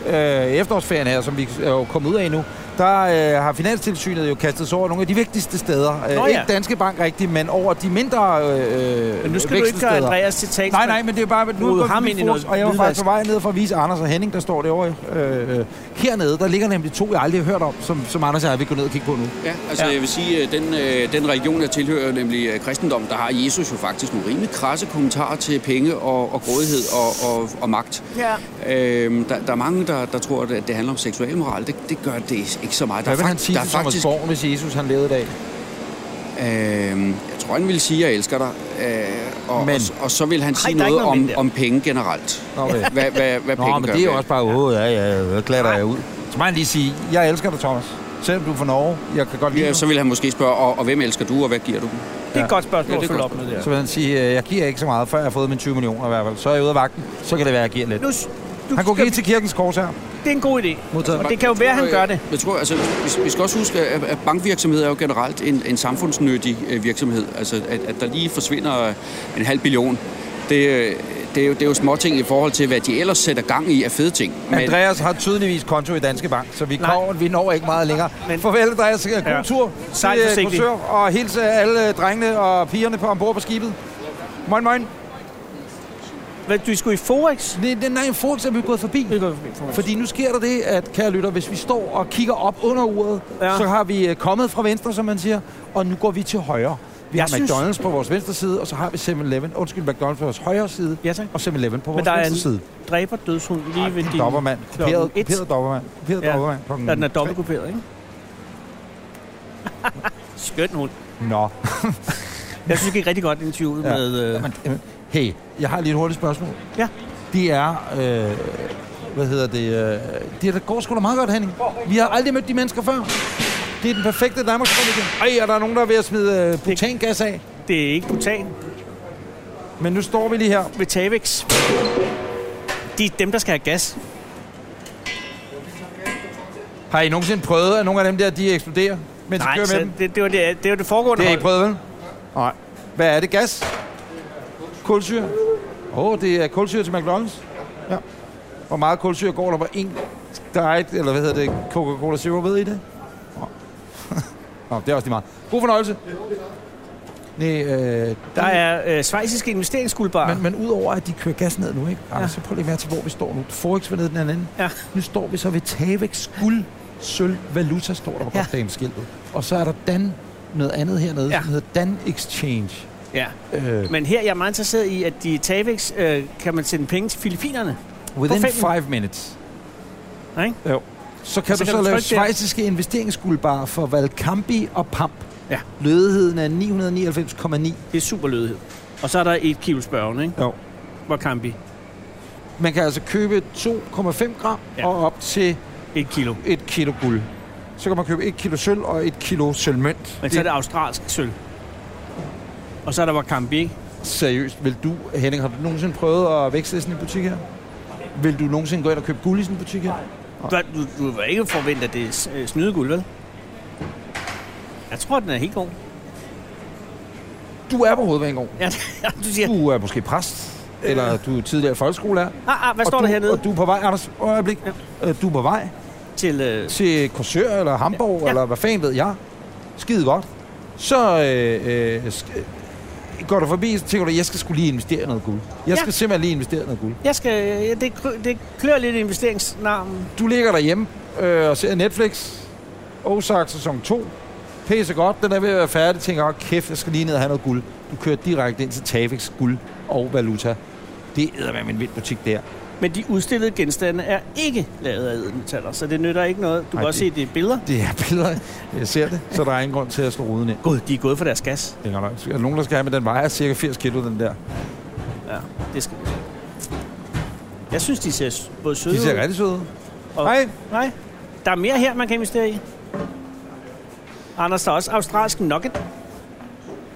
S2: øh, efterårsferien her, som vi er jo kommet ud af nu, der øh, har Finanstilsynet jo kastet sig over nogle af de vigtigste steder. Øh,
S3: Nå ja.
S2: Ikke Danske Bank rigtigt, men over de mindre øh,
S3: Men nu skal du ikke gøre Andreas til tals.
S2: Nej, nej, men det er bare, at nu
S3: Rode
S2: er
S3: ham
S2: ham
S3: ind
S2: ind
S3: i
S2: Forex,
S3: noget
S2: og jeg var faktisk på
S3: hvidvask.
S2: vej ned for at vise Anders og Henning, der står derovre. Øh, øh, hernede, der ligger nemlig to, jeg aldrig har hørt om, som, som Anders og jeg vil gå ned og kigge på nu.
S5: Ja, altså
S3: Ja.
S5: ja. jeg vil sige, at den, øh, den religion, jeg tilhører, nemlig øh, kristendom, der har Jesus jo faktisk nogle rimelig krasse kommentarer til penge og, og grådighed og, og, og magt.
S3: Ja.
S5: Øhm, der, der er mange, der, der tror, at det handler om seksuel moral. Det, det gør det ikke så meget. Der
S2: Hvad
S5: er,
S2: vil han
S5: fakt,
S2: sige
S5: der er
S2: til Thomas
S5: faktisk...
S2: Borg, hvis Jesus han levede i dag?
S5: Øhm, jeg tror, han ville sige, at jeg elsker dig. Øh, og,
S2: Men-
S5: og, og så vil han
S3: Ej,
S5: sige
S3: der er
S5: noget
S3: ikke noget men
S5: om,
S3: der.
S5: om penge generelt.
S2: Okay.
S5: Hvad, hvad, hvad
S2: Nå,
S5: penge
S2: men
S5: gør
S2: det er jo
S5: ved-
S2: også bare, åh, ja, ja, ja, klatter jeg ud. Så må han lige sige, jeg elsker dig, Thomas. Selvom du er fra Norge, jeg kan godt lide
S5: Ja,
S2: dig.
S5: så vil han måske spørge, og, og hvem elsker du, og hvad giver du dem?
S3: Det er et godt spørgsmål
S5: Ja,
S3: ja,
S5: det
S3: at følge
S5: er godt
S3: op med det.
S2: Så vil han sige, øh, jeg giver ikke så meget, før jeg har fået mine 20 millioner i hvert fald. Så er jeg ude af vagten, så kan det være, jeg giver lidt.
S3: Nu, s- du
S2: Han kunne
S3: skal-
S2: give til kirkens kors her.
S3: Det er en god idé.
S2: Modtaget.
S3: Og det kan jo være, at han gør det.
S5: Jeg tror, altså, vi- vi skal også huske, at at bankvirksomhed er jo generelt en, en samfundsnyttig øh, virksomhed. Altså, at, at der lige forsvinder øh, en halv billion, det, øh, det, er jo, det er jo småting i forhold til, hvad de ellers sætter gang i af fede ting.
S2: Andreas har tydeligvis konto i Danske Bank, så vi,
S3: Nej.
S2: kommer, vi når ikke meget længere. Men...
S3: Men-
S2: Farvel, Andreas. God
S3: Ja.
S2: tur til
S3: Sejl
S2: øh,
S3: forsigtigt.
S2: Korsør, og hilse alle øh, drengene og pigerne på ombord på skibet. Moin, moin.
S3: Hvad, du skulle i Forex?
S2: Nej, den er en fokus, vi er gået forbi.
S3: Vi går forbi Forex.
S2: Fordi nu sker der det, at kære lytter, hvis vi står og kigger op under uret, ja.
S3: Ja.
S2: så har vi øh, kommet fra venstre, som man siger, og nu går vi til højre. Vi
S3: Jeg
S2: har
S3: synes-
S2: McDonald's på vores venstre side, og så har vi 7-Eleven, undskyld, McDonald's på vores højre side,
S3: Ja, tak.
S2: og 7-Eleven på vores
S3: Men der er
S2: venstre side.
S3: en dræber dødshund lige ved din...
S2: Dobbermand.
S3: klokken
S2: Kuperet,
S3: et.
S2: kuperet dobbermand. Kuperet
S3: Ja.
S2: dobbermand. klokken
S3: Ja, den er
S2: tre.
S3: dobbeltkuperet, ikke? <laughs> Skøn hund.
S2: Nå.
S3: Jeg synes, det gik rigtig godt interviewet
S2: Ja.
S3: ja. med... Øh,
S2: Jamen, jamen, Hey, jeg har lige et hurtigt spørgsmål.
S3: Ja.
S2: Det er... Øh, hvad hedder det? Øh, det der går sgu da meget godt, Henning. Vi har aldrig mødt de mennesker før. Det er den perfekte Danmarkskroniker. Ej, og der er nogen, der er ved at smide øh, butangas af.
S3: det er ikke butan
S2: Men nu står vi lige her.
S3: ved Tavex. De er dem, der skal have gas.
S2: Har I nogensinde prøvet, at nogle af dem der, de eksploderer, mens I
S3: Nej,
S2: kører med
S3: så
S2: dem?
S3: det, det, var det, det var det foregående
S2: Det har I
S3: hold.
S2: ikke prøvet, vel? Nej. Hvad er det? Gas? Kulsyre? Åh, oh, det er kulsyre til McDonald's? Ja. Hvor meget kulsyre går der på en diet, eller hvad hedder det, Coca-Cola Zero, ved I <laughs> det? Nå. Nå, det er også lige meget. God fornøjelse. Nej, øh,
S3: Der er øh, svejsiske investeringsguldbarer.
S2: Men, men udover at de kører gas ned nu, ikke? Anders, så prøv lige at mærke til, hvor vi står nu. Forex var nede i den anden ende.
S3: Ja.
S2: Nu står vi så ved Tavex guld, sølv, valuta, står der på
S3: Ja.
S2: ja. skiltet. Og så er der Dan, noget andet hernede, ja.
S3: Ja.
S2: som hedder Dan Exchange.
S3: Ja.
S2: Øh,
S3: Men her jeg er jeg meget interesseret i, at de Tavex øh, kan man sende penge til Filippinerne.
S2: within
S3: fem
S2: five minutes.
S3: Nej?
S2: Jo. Så kan
S3: Og så
S2: du
S3: kan
S2: så
S3: du
S2: lave
S3: trykke der.
S2: svejsiske investeringsguldbar for Valkambi og Pamp.
S3: Ja.
S2: Lødigheden er 999,9.
S3: Det er super lødighed. Og så er der et kilo spørgende, ikke?
S2: Jo.
S3: Hvor kampi?
S2: Man kan altså købe 2,5 gram ja.
S3: Ja.
S2: og op til
S3: Et kilo.
S2: et kilo guld. Så kan man købe et kilo sølv og et kilo sølvmønt.
S3: Men så er det australsk sølv. Og så der var Kambi, ikke?
S2: Seriøst, vil du, Henning, har du nogensinde prøvet at vækste i sådan en butik her? Vil du nogensinde gå ind og købe guld i sådan en butik her?
S3: Du, du, du vil ikke forvente, at det er s- øh, snydeguld, vel? Jeg tror, den er helt god.
S2: Du er på hovedbanegård.
S3: <laughs> Ja, du siger,
S2: Du er måske præst, eller du er tidligere folkeskolelærer.
S3: ah, ah, hvad står
S2: og
S3: der
S2: du,
S3: hernede?
S2: Og du er på vej, Anders, øjeblik. Øh, Du er på vej
S3: Til, øh,
S2: til Korsør eller Hamburg,
S3: Ja.
S2: ja. eller hvad fanden ved jeg. Skide godt. Så øh, øh, sk- går du forbi, så tænker du, jeg skal skulle lige investere i noget guld. Jeg
S3: Ja.
S2: skal simpelthen lige investere i noget guld.
S3: jeg skal, ja, det, klø- det klør lidt i investeringsnarmen.
S2: Du ligger derhjemme øh, og ser Netflix. Ozark sæson 2. Pisse godt, den er ved at være færdig. Tænker, oh, kæft, jeg skal lige ned og have noget guld. Du kører direkte ind til Tavix Guld og Valuta. Det æder med en vild butik der.
S3: Men de udstillede genstande er ikke lavet af edelmetaller, så det nytter ikke noget. Du
S2: Ej,
S3: Ej, kan også
S2: det-
S3: se, det er billeder.
S2: Det er billeder. Jeg ser det, så der er ingen grund til at slå ruden ind.
S3: Gud, de er gået for deres gas.
S2: Det er godt nok. Er der nogen, der skal have med den vejer cirka 80 kilo, den der?
S3: Ja, det skal vi. Jeg synes, de ser s- både søde
S2: De ser
S3: ud.
S2: rigtig søde. ud.
S3: Og-
S2: Hej.
S3: Nej, der er mere her, man kan investere i. Anders, der er også australsk nugget.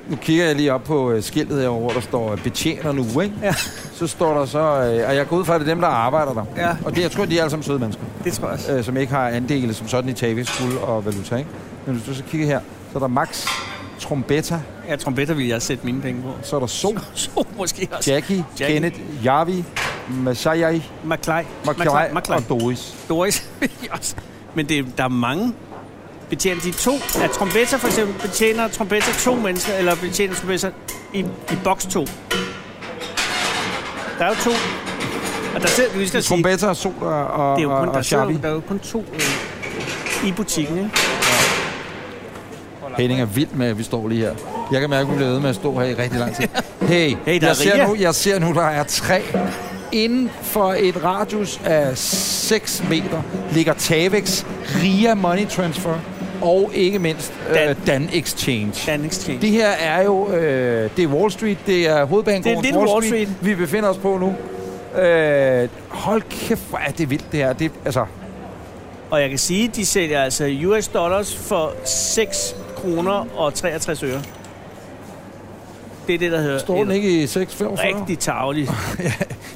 S2: Nu kigger jeg lige op på øh, skiltet herovre, hvor der står øh, betjener nu, ikke?
S3: Ja.
S2: Så står der så, øh, og jeg går ud fra, at det er dem, der arbejder der.
S3: Ja.
S2: Og det, jeg tror, de er alle sammen søde mennesker,
S3: Det tror jeg også.
S2: øh, som ikke har andele som sådan i Tavis Guld og Valuta, ikke? Men hvis du så kigger her, så er der Max, Trombetta,
S3: Ja, trompetter vil jeg sætte mine penge på.
S2: så er der Sol,
S3: <laughs> Så måske også.
S2: Jackie,
S3: Jackie.
S2: Jackie. Kenneth, Javi, Masayai,
S3: McClay.
S2: Maklai
S3: McClay.
S2: og Doris.
S3: Doris. <laughs> Yes. Men det, er- der er mange. Betjener de to? Er trompetter for eksempel? Betjener trompetter to mennesker? Eller betjener trompetter i, i boks to? Der er jo to. Og der sidder, vi skal sige, det
S2: Trombetta, Sol og, og,
S3: er jo kun,
S2: og,
S3: der,
S2: og Xavi.
S3: sidder, der er jo kun to øh, i butikken, ikke?
S2: Henning er vild med, at vi står lige her. Jeg kan mærke, at hun bliver ved med at stå her i rigtig
S3: <laughs>
S2: lang tid. Hey,
S3: Hey, der er
S2: jeg, ser
S3: Ria.
S2: nu, jeg ser nu, der er tre. Inden for et radius af 6 meter ligger Tavex, Ria Money Transfer og ikke mindst Dan,
S3: Dan.
S2: øh, Dan Exchange.
S3: Dan Exchange.
S2: Det her er jo øh, det er Wall Street, det er hovedbanegården
S3: Det er lidt Wall Street.
S2: vi befinder os på nu. Øh, hold kæft, hvor er det vildt det her. Det, altså,
S3: Og jeg kan sige, at de sælger altså US dollars for 6 kroner og 63 øre. Det er det, der hedder
S2: står den
S3: en
S2: ikke i 6,45? <laughs>
S3: rigtig tavlig.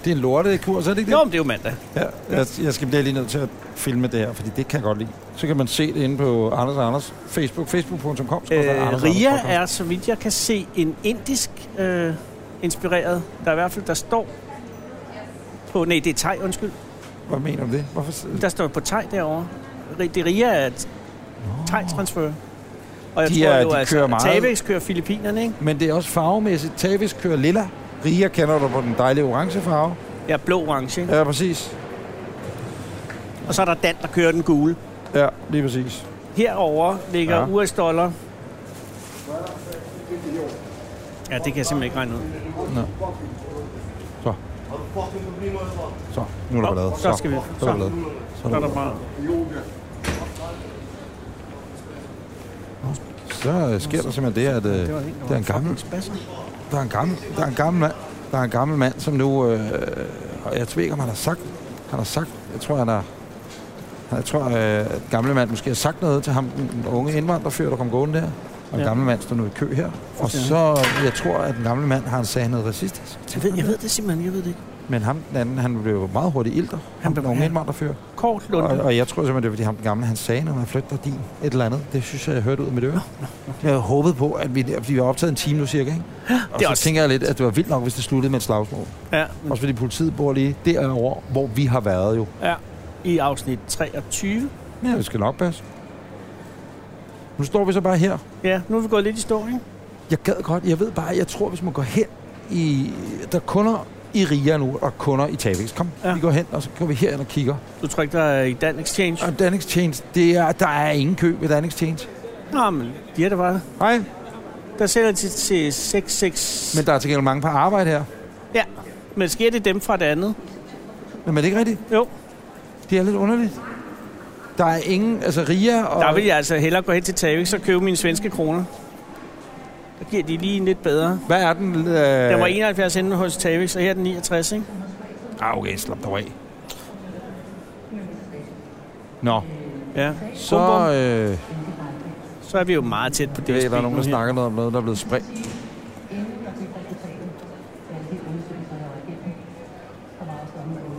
S2: Det er en lortekur, så er det ikke det?
S3: Jo, men det er jo mandag.
S2: Ja, jeg, jeg skal blive lige nødt til at filme det her, fordi det kan jeg godt lide. Så kan man se det inde på Anders og Anders Facebook, facebook.com.
S3: Øh, Ria
S2: er...
S3: er, så vidt jeg kan se, en indisk øh, inspireret. Der er i hvert fald, der står på... Nej, det er Thai, undskyld.
S2: Hvad mener du det? Hvorfor? s-
S3: Der står på Thai derovre. Ri- Det Ria er et Thai-transfer. Og jeg
S2: De
S3: tror
S2: er-
S3: jo,
S2: de
S3: altså,
S2: kører meget.
S3: Tavex kører Filippinerne, ikke?
S2: Men det er også farvemæssigt. Tavis kører lilla. Ria kender du på den dejlige orange farve.
S3: Ja, blå-orange, ikke?
S2: Ja, præcis.
S3: Og så er der Dan, der kører den gule.
S2: Ja, lige præcis.
S3: Herover ligger ja.
S2: Ja.
S3: US dollar. Ja, det kan jeg simpelthen ikke regne ud.
S2: Så, nu er der
S3: Nå,
S2: ballade.
S3: så skal vi-
S2: Så er der ballade. Så er
S3: Så
S2: der
S3: er der
S2: ballade.
S3: bare...
S2: Så øh, sker der simpelthen det, at øh,
S3: Det var en, der
S2: der er en
S3: var
S2: gammel
S3: spasser.
S2: Der er en gammel, der er en gammel mand, der er en gammel mand, som nu, øh, og jeg ved ikke, om han har sagt, han har sagt, jeg tror, han har, jeg tror, øh, at den gamle mand måske har sagt noget til ham, den unge indvandrerfyr, der kom gående der. Og den
S3: Ja.
S2: ja. gamle mand står nu i kø her. Og så, jeg tror, at den gamle mand, han sagde noget racistisk.
S3: Jeg ved, jeg ved det simpelthen, jeg ved det ikke.
S2: Men ham, den anden, han blev meget hurtigt ilter. Han blev
S3: blev-
S2: den unge
S3: ja.
S2: indvandrerfyr.
S3: Kort
S2: Og,
S3: Lunde.
S2: og, jeg tror simpelthen, det var, fordi ham, den gamle, han sagde, når han flytter din et eller andet. Det synes jeg, jeg hørte ud af mit øre. Jeg håbede på, at vi, at vi var optaget en time nu cirka, ikke? Og
S3: Det er
S2: så
S3: også- Mm.
S2: tænker jeg lidt, at det var vildt nok, hvis det sluttede med et slagsmål.
S3: Ja,
S2: Også fordi politiet bor lige derovre, hvor vi har været jo.
S3: ja. I afsnit 23.
S2: Ja, det skal nok passe. Nu står vi så bare her.
S3: Ja, nu er vi gået lidt i stå, ikke?
S2: Jeg gad godt, jeg ved bare, jeg tror, hvis man går hen i... Der er kunder i Ria nu, og kunder i Tavix. Kom,
S3: Ja.
S2: ja. vi går hen, og så går vi herind og kigger.
S3: Du tror ikke, der er i Dan Exchange?
S2: Og Dan Exchange, det er, der er ingen kø ved Dan Exchange.
S3: Nå, men de er der bare.
S2: Nej,
S3: Der sælger de til 66...
S2: men der er til gengæld mange på arbejde her.
S3: Ja, men sker det dem fra det andet?
S2: Men er det ikke rigtigt?
S3: Jo,
S2: Det er lidt underligt. Der er ingen... Altså Ria og...
S3: der vil jeg altså hellere gå hen til Tavix og købe mine svenske kroner. Der giver de lige en lidt bedre.
S2: Hvad er den? Øh...
S3: Den var 71 inde hos Tavix, og her er den 69, ikke?
S2: Ah, okay, slap dig af. Nå,
S3: Ja.
S2: så...
S3: Bum, bum.
S2: Øh...
S3: Så er vi jo meget tæt på
S2: Det
S3: det.
S2: er, der er nogen, der snakker noget om noget, der er blevet spredt.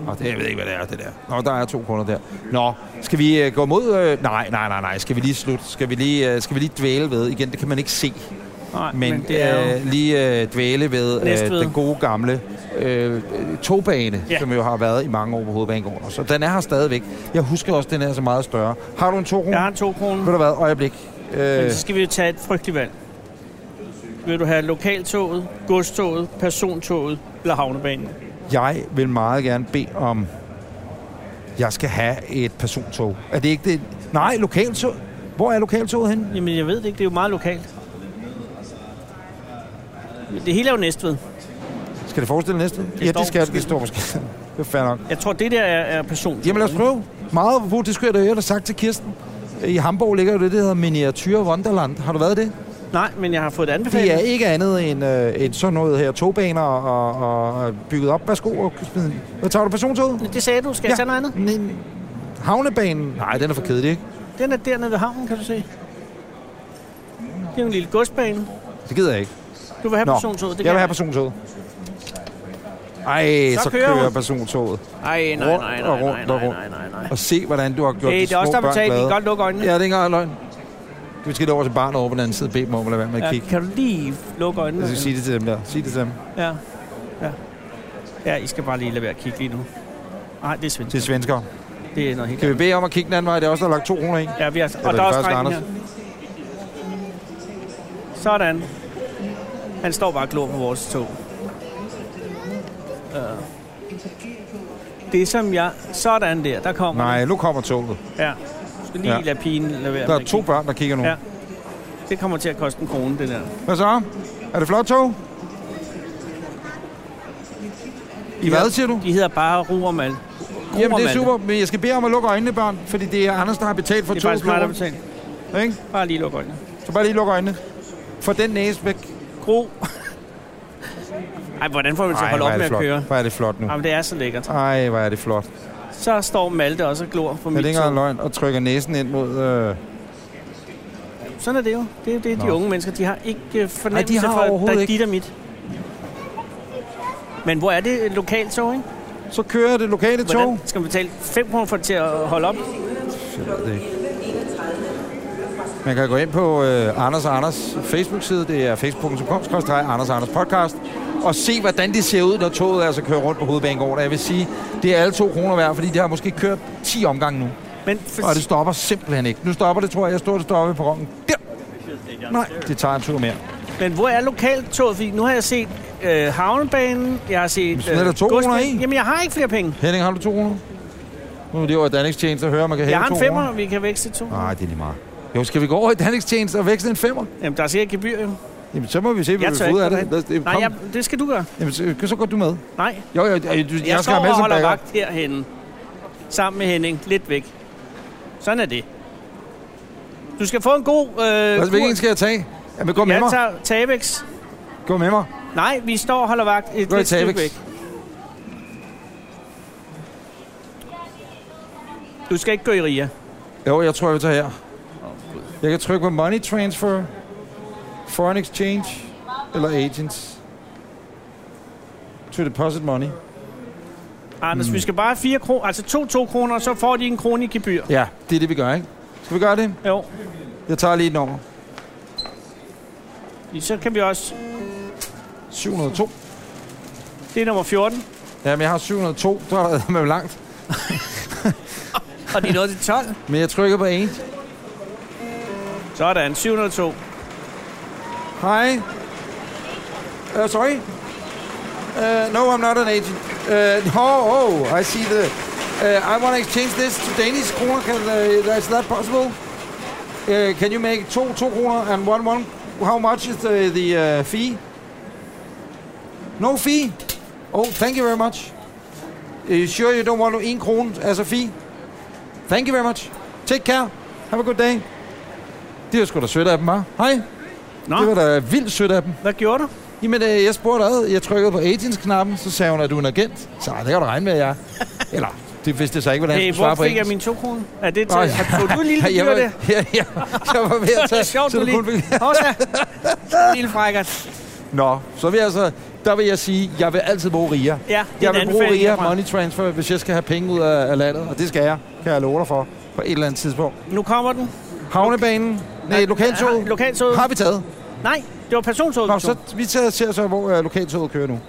S2: Nå, det, jeg ved ikke, hvad det er, det der. Nå, der er to kunder der. Nå, skal vi øh, gå mod... Øh, nej, nej, nej, nej. Skal vi lige slutte? Skal vi lige, øh, skal vi lige dvæle ved? Igen, det kan man ikke se.
S3: Nej,
S2: Men, men det er jo... øh, lige øh, dvæle ved øh,
S3: Næstved.
S2: den gode gamle øh, øh, togbane, ja.
S3: Ja.
S2: som jo har været i mange år på Hovedbanegården. Så den er her stadigvæk. Jeg husker også, den er så meget større. Har du en to
S3: Jeg har en to kroner.
S2: Ved du hvad? Øjeblik. Øh,
S3: Men så skal vi jo tage et frygteligt valg. Vil du have lokaltoget, godstoget, persontoget eller havnebanen?
S2: jeg vil meget gerne bede om... Jeg skal have et persontog. Er det ikke det? Nej, lokaltog. Hvor er lokaltoget henne?
S3: Jamen, jeg ved det ikke. Det er jo meget lokalt. Men det hele er jo Næstved.
S2: Skal det forestille næste? Det ja,
S3: står
S2: det skal
S3: måske.
S2: det. står måske. Det er fair nok.
S3: Jeg tror, det der er, er persontoget.
S2: Jamen lad os prøve. Meget apropos, det skulle jeg da have sagt til Kirsten. I Hamburg ligger jo det, der hedder Miniatyr Wonderland. Har du været det?
S3: Nej, men jeg har fået det anbefalet.
S2: Det er ikke andet end, øh, end sådan noget her. Togbaner og, og, og bygget op. Værsgo og smid den i. Hvad tager du persontoget?
S3: Det sagde du. Skal jeg tage noget andet?
S2: andet? Havnebanen? Nej, den er for kedelig, ikke?
S3: Den er dernede ved havnen, kan du se. Det er jo en lille godsbane.
S2: Det gider jeg ikke.
S3: Du vil have
S2: Nå,
S3: persontoget. Det
S2: jeg vil
S3: kan
S2: have persontoget. Ej, så,
S3: Så
S2: så kører,
S3: kører
S2: kører
S3: hun.
S2: persontoget.
S3: Ej, nej, nej,
S2: Rundt og
S3: nej, nej,
S2: rundt og
S3: nej,
S2: rundt.
S3: nej, nej, nej.
S2: Og se, hvordan du har gjort
S3: Hey,
S2: de
S3: det er også
S2: små
S3: der
S2: børn
S3: betaler.
S2: glade.
S3: De godt lukke øjnene.
S2: Ja, det er ikke engang løgn. Du skal over til barnet over på den anden side og bede dem om at lade være med at
S3: Ja,
S2: kigge.
S3: kan du lige lukke øjnene?
S2: Jeg skal sige det til dem der. Sig det til dem.
S3: Ja. ja. Ja, I skal bare lige lade være at kigge lige nu. Nej, det er svensk.
S2: Til svenskere.
S3: Det er noget helt
S2: Kan vi bede om at kigge den anden vej? Det er også der har lagt to kroner i.
S3: Ja, vi har,
S2: Eller
S3: og
S2: det
S3: der er også
S2: første,
S3: drengen her.
S2: Anders.
S3: Sådan. Han står bare og glor på vores tog. Ja. Det som jeg... Sådan der, der kommer den.
S2: Nej, nu kommer toget.
S3: Ja. Du skal lige
S2: Ja.
S3: ja. lade pigen lade være
S2: Der
S3: med
S2: er
S3: at
S2: to
S3: kigge.
S2: børn, der kigger nu.
S3: Ja. Det kommer til at koste en krone, det der.
S2: Hvad så? Er det flot tog? I hvad, siger du?
S3: De hedder bare Ruermal.
S2: Jamen, det er super, men jeg skal bede om at lukke øjnene, børn, fordi det er Anders, der har betalt for
S3: Det er faktisk mig, der
S2: toget.
S3: betaler.
S2: Ikke?
S3: Bare lige luk øjnene.
S2: Så bare lige luk øjnene. Få den næse væk.
S3: Gro. Ej, hvordan får vi til at holde
S2: hvor
S3: op
S2: er
S3: med
S2: det
S3: at
S2: flot.
S3: køre?
S2: Hvor er det flot nu.
S3: Jamen, det er så lækkert.
S2: Ej, hvor er det flot. Er
S3: Så står Malte også og glor på
S2: det
S3: mit
S2: ikke engang
S3: tog.
S2: løgn? Og trykker næsen ind mod... Øh...
S3: Sådan er det jo. Det er jo det, de
S2: Nå.
S3: unge mennesker, de har ikke øh, fornemmelse
S2: Nej, de har
S3: for,
S2: overhovedet
S3: der er
S2: ikke.
S3: dit og mit. Men hvor er det lokalt tog, ikke?
S2: Så kører det lokale tog.
S3: Hvordan skal man betale 5 kroner for det til at holde op?
S2: Jeg ved det ikke. Man kan gå ind på øh, Anders og Anders Facebook-side. Det er facebook.com Anders og Anders podcast. Og se, hvordan det ser ud, når toget altså kører rundt på hovedbanegården. Og Jeg vil sige, det er alle to kroner værd, fordi det har måske kørt 10 omgange nu.
S3: Men for,
S2: Og det stopper simpelthen ikke. Nu stopper det, tror jeg. Jeg står det stopper på rongen. Der! Nej, det tager en tur mere.
S3: Men hvor er lokaltoget? Fordi nu har jeg set øh, havnebanen, jeg har set... øh,
S2: smider der to kroner
S3: godsbanen.
S2: i.
S3: Jamen, jeg har ikke flere penge.
S2: Henning, har du 200? Nu er det jo et anlægstjeneste at høre, man kan
S3: Jeg
S2: hælde
S3: har en
S2: to
S3: femmer,
S2: kroner. Ah.
S3: vi kan vækste to.
S2: Nej, det er lige meget. Jo, skal vi gå over i Danningstjeneste og vækste en femmer?
S3: Jamen, der er sikkert gebyr, jo.
S2: Jamen, så må vi se, hvad
S3: Jeg
S2: vi
S3: tør
S2: får ud
S3: ikke
S2: af
S3: gå
S2: det.
S3: derind.
S2: det. det-
S3: Nej,
S2: kom.
S3: jeg, det skal du gøre.
S2: Jamen, så, så går du med.
S3: Nej,
S2: Jo, jo, jo, du, jeg,
S3: jeg,
S2: skal
S3: står
S2: have med
S3: og
S2: som
S3: holder
S2: backup.
S3: vagt herhenne. Sammen med Henning, lidt væk. Sådan er det. Du skal få en god... Øh,
S2: Hvad,
S3: kur.
S2: hvilken skal jeg tage? Jamen, gå med
S3: Jeg
S2: mig.
S3: tager Tabex.
S2: Gå med mig.
S3: Nej, vi står og holder vagt et
S2: Gå i
S3: lidt stykke
S2: Tabex.
S3: væk. Du skal ikke gå i Ria.
S2: Jo, jeg tror, jeg vil tage her. Jeg kan trykke på money transfer, foreign exchange eller agents. To deposit money.
S3: Anders,
S2: Hmm.
S3: vi skal bare have fire kroner, altså to to kroner, og så får de en krone i gebyr.
S2: Ja, det er det, vi gør, ikke? Skal vi gøre det?
S3: Jo,
S2: Jeg tager lige et nummer.
S3: så kan vi også...
S2: 702.
S3: Det er nummer 14,
S2: Jamen, jeg har 702. Så er der med langt.
S3: og det er noget til 12.
S2: Men jeg trykker på en.
S3: Sådan, 702.
S2: Hej. Uh, sorry. Uh, no, I'm not an agent. Uh, <laughs> no, oh, I see the... Uh, I want to exchange this to Danish kroner. Can, uh, is that possible? Uh, can you make two two kroner and one one? How much is the, the uh, fee? No fee? Oh, thank you very much. Are you sure you don't want en krone as a fee? Thank you very much. Take care. Have a good day. Det er sgu da sødt af dem, hva'? Hej.
S3: Nå,
S2: Det var da vildt sødt af dem.
S3: hvad gjorde du?
S2: Jamen, øh, jeg spurgte ad. Jeg trykkede på agents-knappen, så sagde hun, at du er en agent. Så "Ej, det kan du regne med, at jeg <laughs> er." Eller, det vidste jeg så ikke, hvordan jeg
S3: Hey,
S2: skulle svare
S3: hvor
S2: på
S3: fik jeg
S2: engelsk.
S3: min to kroner? Er det til...
S2: Nå,
S3: Har du fået en lille
S2: jeg
S3: gebyr
S2: var,
S3: der?
S2: <laughs> ja, ja, jeg var ved at
S3: <laughs> Det
S2: tage...
S3: <laughs> er sjovt,
S2: så
S3: du
S2: det kun <laughs>
S3: lige... Hossa, lille frækkert.
S2: Nå, så er vi altså der vil jeg sige, jeg vil altid bruge RIA.
S3: Ja, det er
S2: jeg
S3: en
S2: vil bruge
S3: anbefaling
S2: RIA
S3: herfra.
S2: Money Transfer, hvis jeg skal have penge ud af, af landet. Og det skal jeg, kan jeg love dig for, på et eller andet tidspunkt.
S3: Nu kommer den.
S2: Havnebanen, nej, lokaltoget,
S3: Lokaltoget.
S2: har vi taget.
S3: Nej, det var persontoget.
S2: Nå,
S3: vi tog.
S2: så vi tager ser så, hvor uh, lokaltoget kører nu.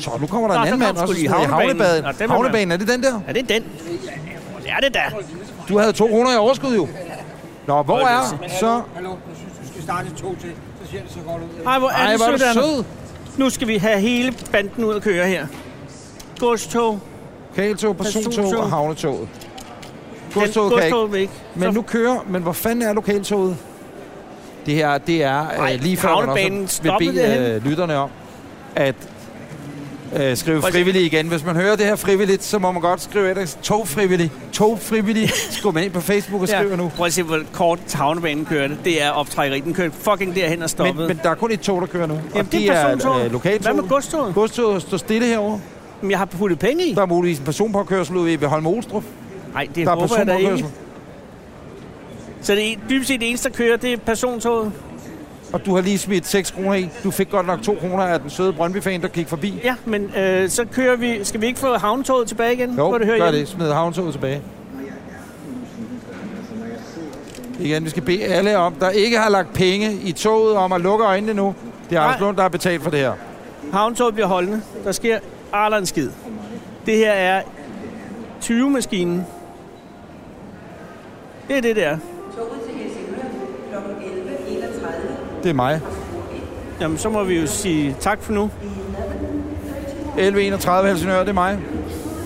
S2: Så nu kommer der
S3: Nå,
S2: en
S3: så
S2: anden
S3: kom
S2: mand
S3: sgu
S2: også.
S3: lige
S2: i
S3: havnebanen.
S2: Havnebaden.
S3: Nå, den vil man-
S2: Havnebanen, er det den der?
S3: Er det den? Ja, det er det da.
S2: Du havde 200 i overskud jo. Nå, hvor er så...
S7: Hallo, jeg synes, du skal starte to til. Så ser det så godt ud.
S3: Ej, hvor er
S2: Ej,
S3: det
S2: hvor er
S3: sødt,
S2: du
S3: Anna.
S2: sød.
S3: Nu skal vi have hele banden ud at køre her. Godstog.
S2: Kaltog, persontog
S3: Persontog.
S2: og havnetoget.
S3: Den-
S2: Godstoget kan ikke.
S3: Godstoget vil ikke.
S2: Men
S3: Så-
S2: nu kører... Men hvor fanden er lokaltoget? Det her, det er
S3: Ej,
S2: øh, lige før, man
S3: havnebanen
S2: også vil
S3: stoppede
S2: bede øh, lytterne om, at øh, skrive
S3: Prøv at se.
S2: frivillig igen. Hvis man hører det her frivilligt, så må man godt skrive et togfrivillig. Togfrivillig. Så går man ind på Facebook og skriver nu.
S3: Prøv at se, hvor kort havnebanen kørte. Det er optrækkeri. Den kørte fucking derhen og
S2: Men,
S3: stoppede.
S2: men der er kun et tog, der kører nu. og
S3: Jamen, det er persontoget.
S2: øh, lokaltoget.
S3: Hvad med godstoget?
S2: Godstoget står stille herovre.
S3: men jeg har puttet penge i.
S2: Der er muligvis en personpåkørsel ude ved Holme Olstrup.
S3: Nej, det
S2: Der er
S3: håber jeg da
S2: personpåkørsel.
S3: ikke. Så det er dybest set det eneste, der kører, det er persontoget.
S2: Og du har lige smidt 6 kroner i. Du fik godt nok 2 kroner af den søde Brøndby-fan, der gik forbi.
S3: Ja, men øh, så kører vi... Skal vi ikke få havnetoget tilbage igen?
S2: Jo,
S3: Hvor det hører
S2: gør
S3: hjemme?
S2: det. Smid havntoget tilbage. Igen, vi skal bede alle om, der ikke har lagt penge i toget, om at lukke øjnene nu. Det er
S3: Nej.
S2: Arslund, der har betalt for det her.
S3: Havntoget bliver holdende. Der sker aldrig en skid. Det her er 20-maskinen. Det er det, der.
S2: Det er mig.
S3: Jamen, så må vi jo sige tak for nu.
S2: 1131 Helsingør, det er mig.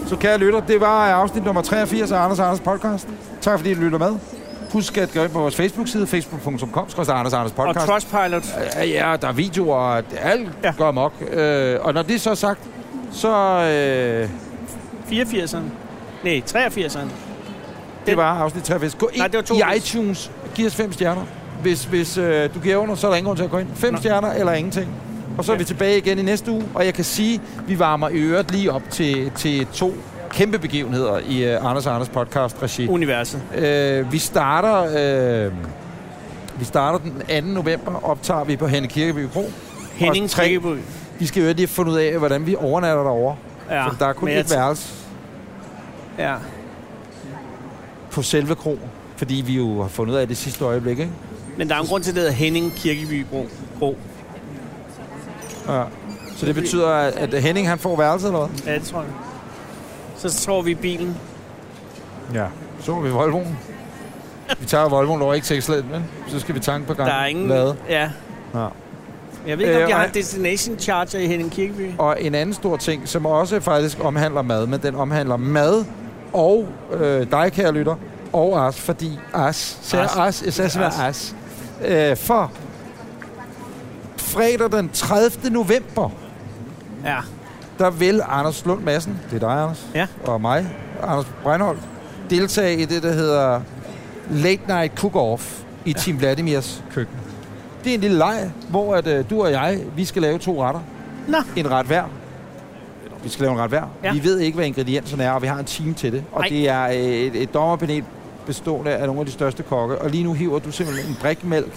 S2: Så kære lytter, det var afsnit nummer 83 af Anders og Anders podcast. Tak fordi I lytter med. Husk at gå ind på vores Facebook-side, facebook.com, skrøster Anders og Anders
S3: Og
S2: podcast.
S3: Trustpilot.
S2: Ja, ja, der er videoer, og alt
S3: Ja.
S2: ja. går amok. Øh, og når det så er sagt, så øh,
S3: 84'eren. Nej, 83'eren.
S2: det var afsnit 83. Gå ind Nej,
S3: Nej, det var
S2: det
S3: to
S2: i
S3: vis.
S2: iTunes, giv os fem stjerner. Hvis, hvis øh, du giver under, så er der ingen grund til at gå ind. Fem
S3: Nå.
S2: stjerner eller ingenting. Og så er vi tilbage igen i næste uge, og jeg kan sige, vi varmer i øvrigt lige op til, til to kæmpe begivenheder i øh, Anders og Anders podcast regi.
S3: Universet.
S2: Øh, vi starter... Øh, vi starter den 2. november, optager vi på Henne Kirkeby Kro.
S3: Henning
S2: tre-
S3: Trikkeby.
S2: Vi skal jo lige have fundet ud af, hvordan vi overnatter derovre.
S3: Ja,
S2: Ja, så der er kun
S3: men jeg
S2: et værelse
S3: Ja.
S2: på selve krogen, fordi vi jo har fundet ud af det sidste øjeblik, ikke?
S3: Men der er en grund til, at det hedder Henning Kirkeby Bro. Bro.
S2: Ja. Så det betyder, at at Henning han får værelset eller hvad?
S3: Ja, det tror jeg. Så tror vi i bilen.
S2: Ja. Så må vi Volvoen. Vi tager Volvoen over ikke sekslet, men så skal vi tanke på gang.
S3: Der er ingen...
S2: Lade.
S3: Ja.
S2: Ja.
S3: Jeg ved ikke, om
S2: Øh,
S3: de har
S2: og-
S3: en destination charger i Henning Kirkeby.
S2: Og en anden stor ting, som også faktisk omhandler mad, men den omhandler mad og øh, dig, kære lytter, og os, fordi os,
S3: Os.
S2: ser os, især som
S3: Os.
S2: os. Øh, for fredag den 30. november,
S3: Ja.
S2: der vil Anders Lund Madsen, det er dig, Anders,
S3: Ja.
S2: og mig, Anders Breinholt, deltage i det, der hedder Late Night Cook-Off i Team Vladimirs køkken. Det er en lille leg, hvor at, øh, du og jeg, vi skal lave to retter.
S3: Nå.
S2: En ret hver. Vi skal lave en ret hver.
S3: Ja.
S2: Ja. Vi ved ikke, hvad ingredienserne er, og vi har en time til det. Og Ej.
S3: Nej.
S2: det er øh, et, et dommerpanel bestående af nogle af de største kokke. Og lige nu hiver du simpelthen en drikmælk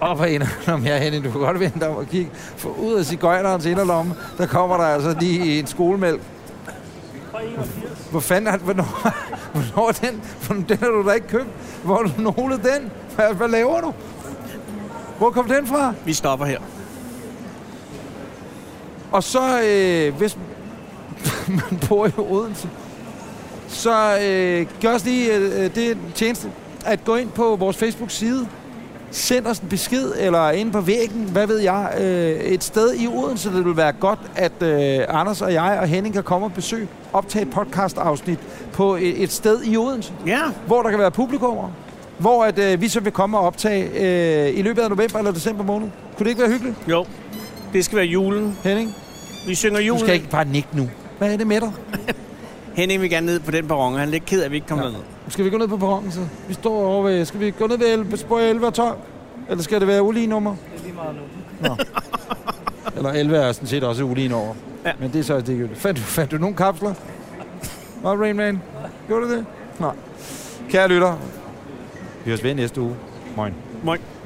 S2: op af inderlommen. Ja, Henning, du kan godt vente om at kigge. For ud af cigøjnerens inderlomme, der kommer der altså lige en skolemælk. Hvor fanden er hvornår, hvornår er den? Hvornår, den har du da ikke købt. Hvor har du noglet den? Hvad, hvad laver du? Hvor kom den fra?
S3: Vi stopper her.
S2: Og så, øh, hvis <laughs> man bor i Odense, så øh, gør os lige øh, det tjeneste, at gå ind på vores Facebook-side, send os en besked, eller inde på væggen, hvad ved jeg, øh, et sted i Odense, det vil være godt, at øh, Anders og jeg og Henning kan komme og besøge, optage et podcast-afsnit på et, et sted i Odense
S3: Ja.
S2: hvor der kan være publikummer, hvor at, øh, vi så vil komme og optage øh, i løbet af november eller december måned. Kunne det ikke være hyggeligt,
S3: Jo. Det skal være julen.
S2: Henning?
S3: Vi synger
S2: Du
S3: julen.
S2: skal ikke bare nikke nu. Hvad er det med dig?
S3: Henning vil gerne ned på den perron, og han er lidt ked af, at vi ikke kommer ja.
S2: Ja.
S3: ned.
S2: Skal vi gå ned på perronen så? Vi står over ved... Skal vi gå ned ved 11, spor 11 og 12? Eller skal det være ulige nummer? Det er lige meget nu. Nå. Eller 11 er sådan set også ulige nummer.
S3: Ja.
S2: Ja. Men det er så også ligegyldigt. Fandt du, fandt du nogle kapsler? Var Rain Man? Gjorde du det? Nej. Kære lytter, vi høres ved næste uge. Moin.
S3: Moin.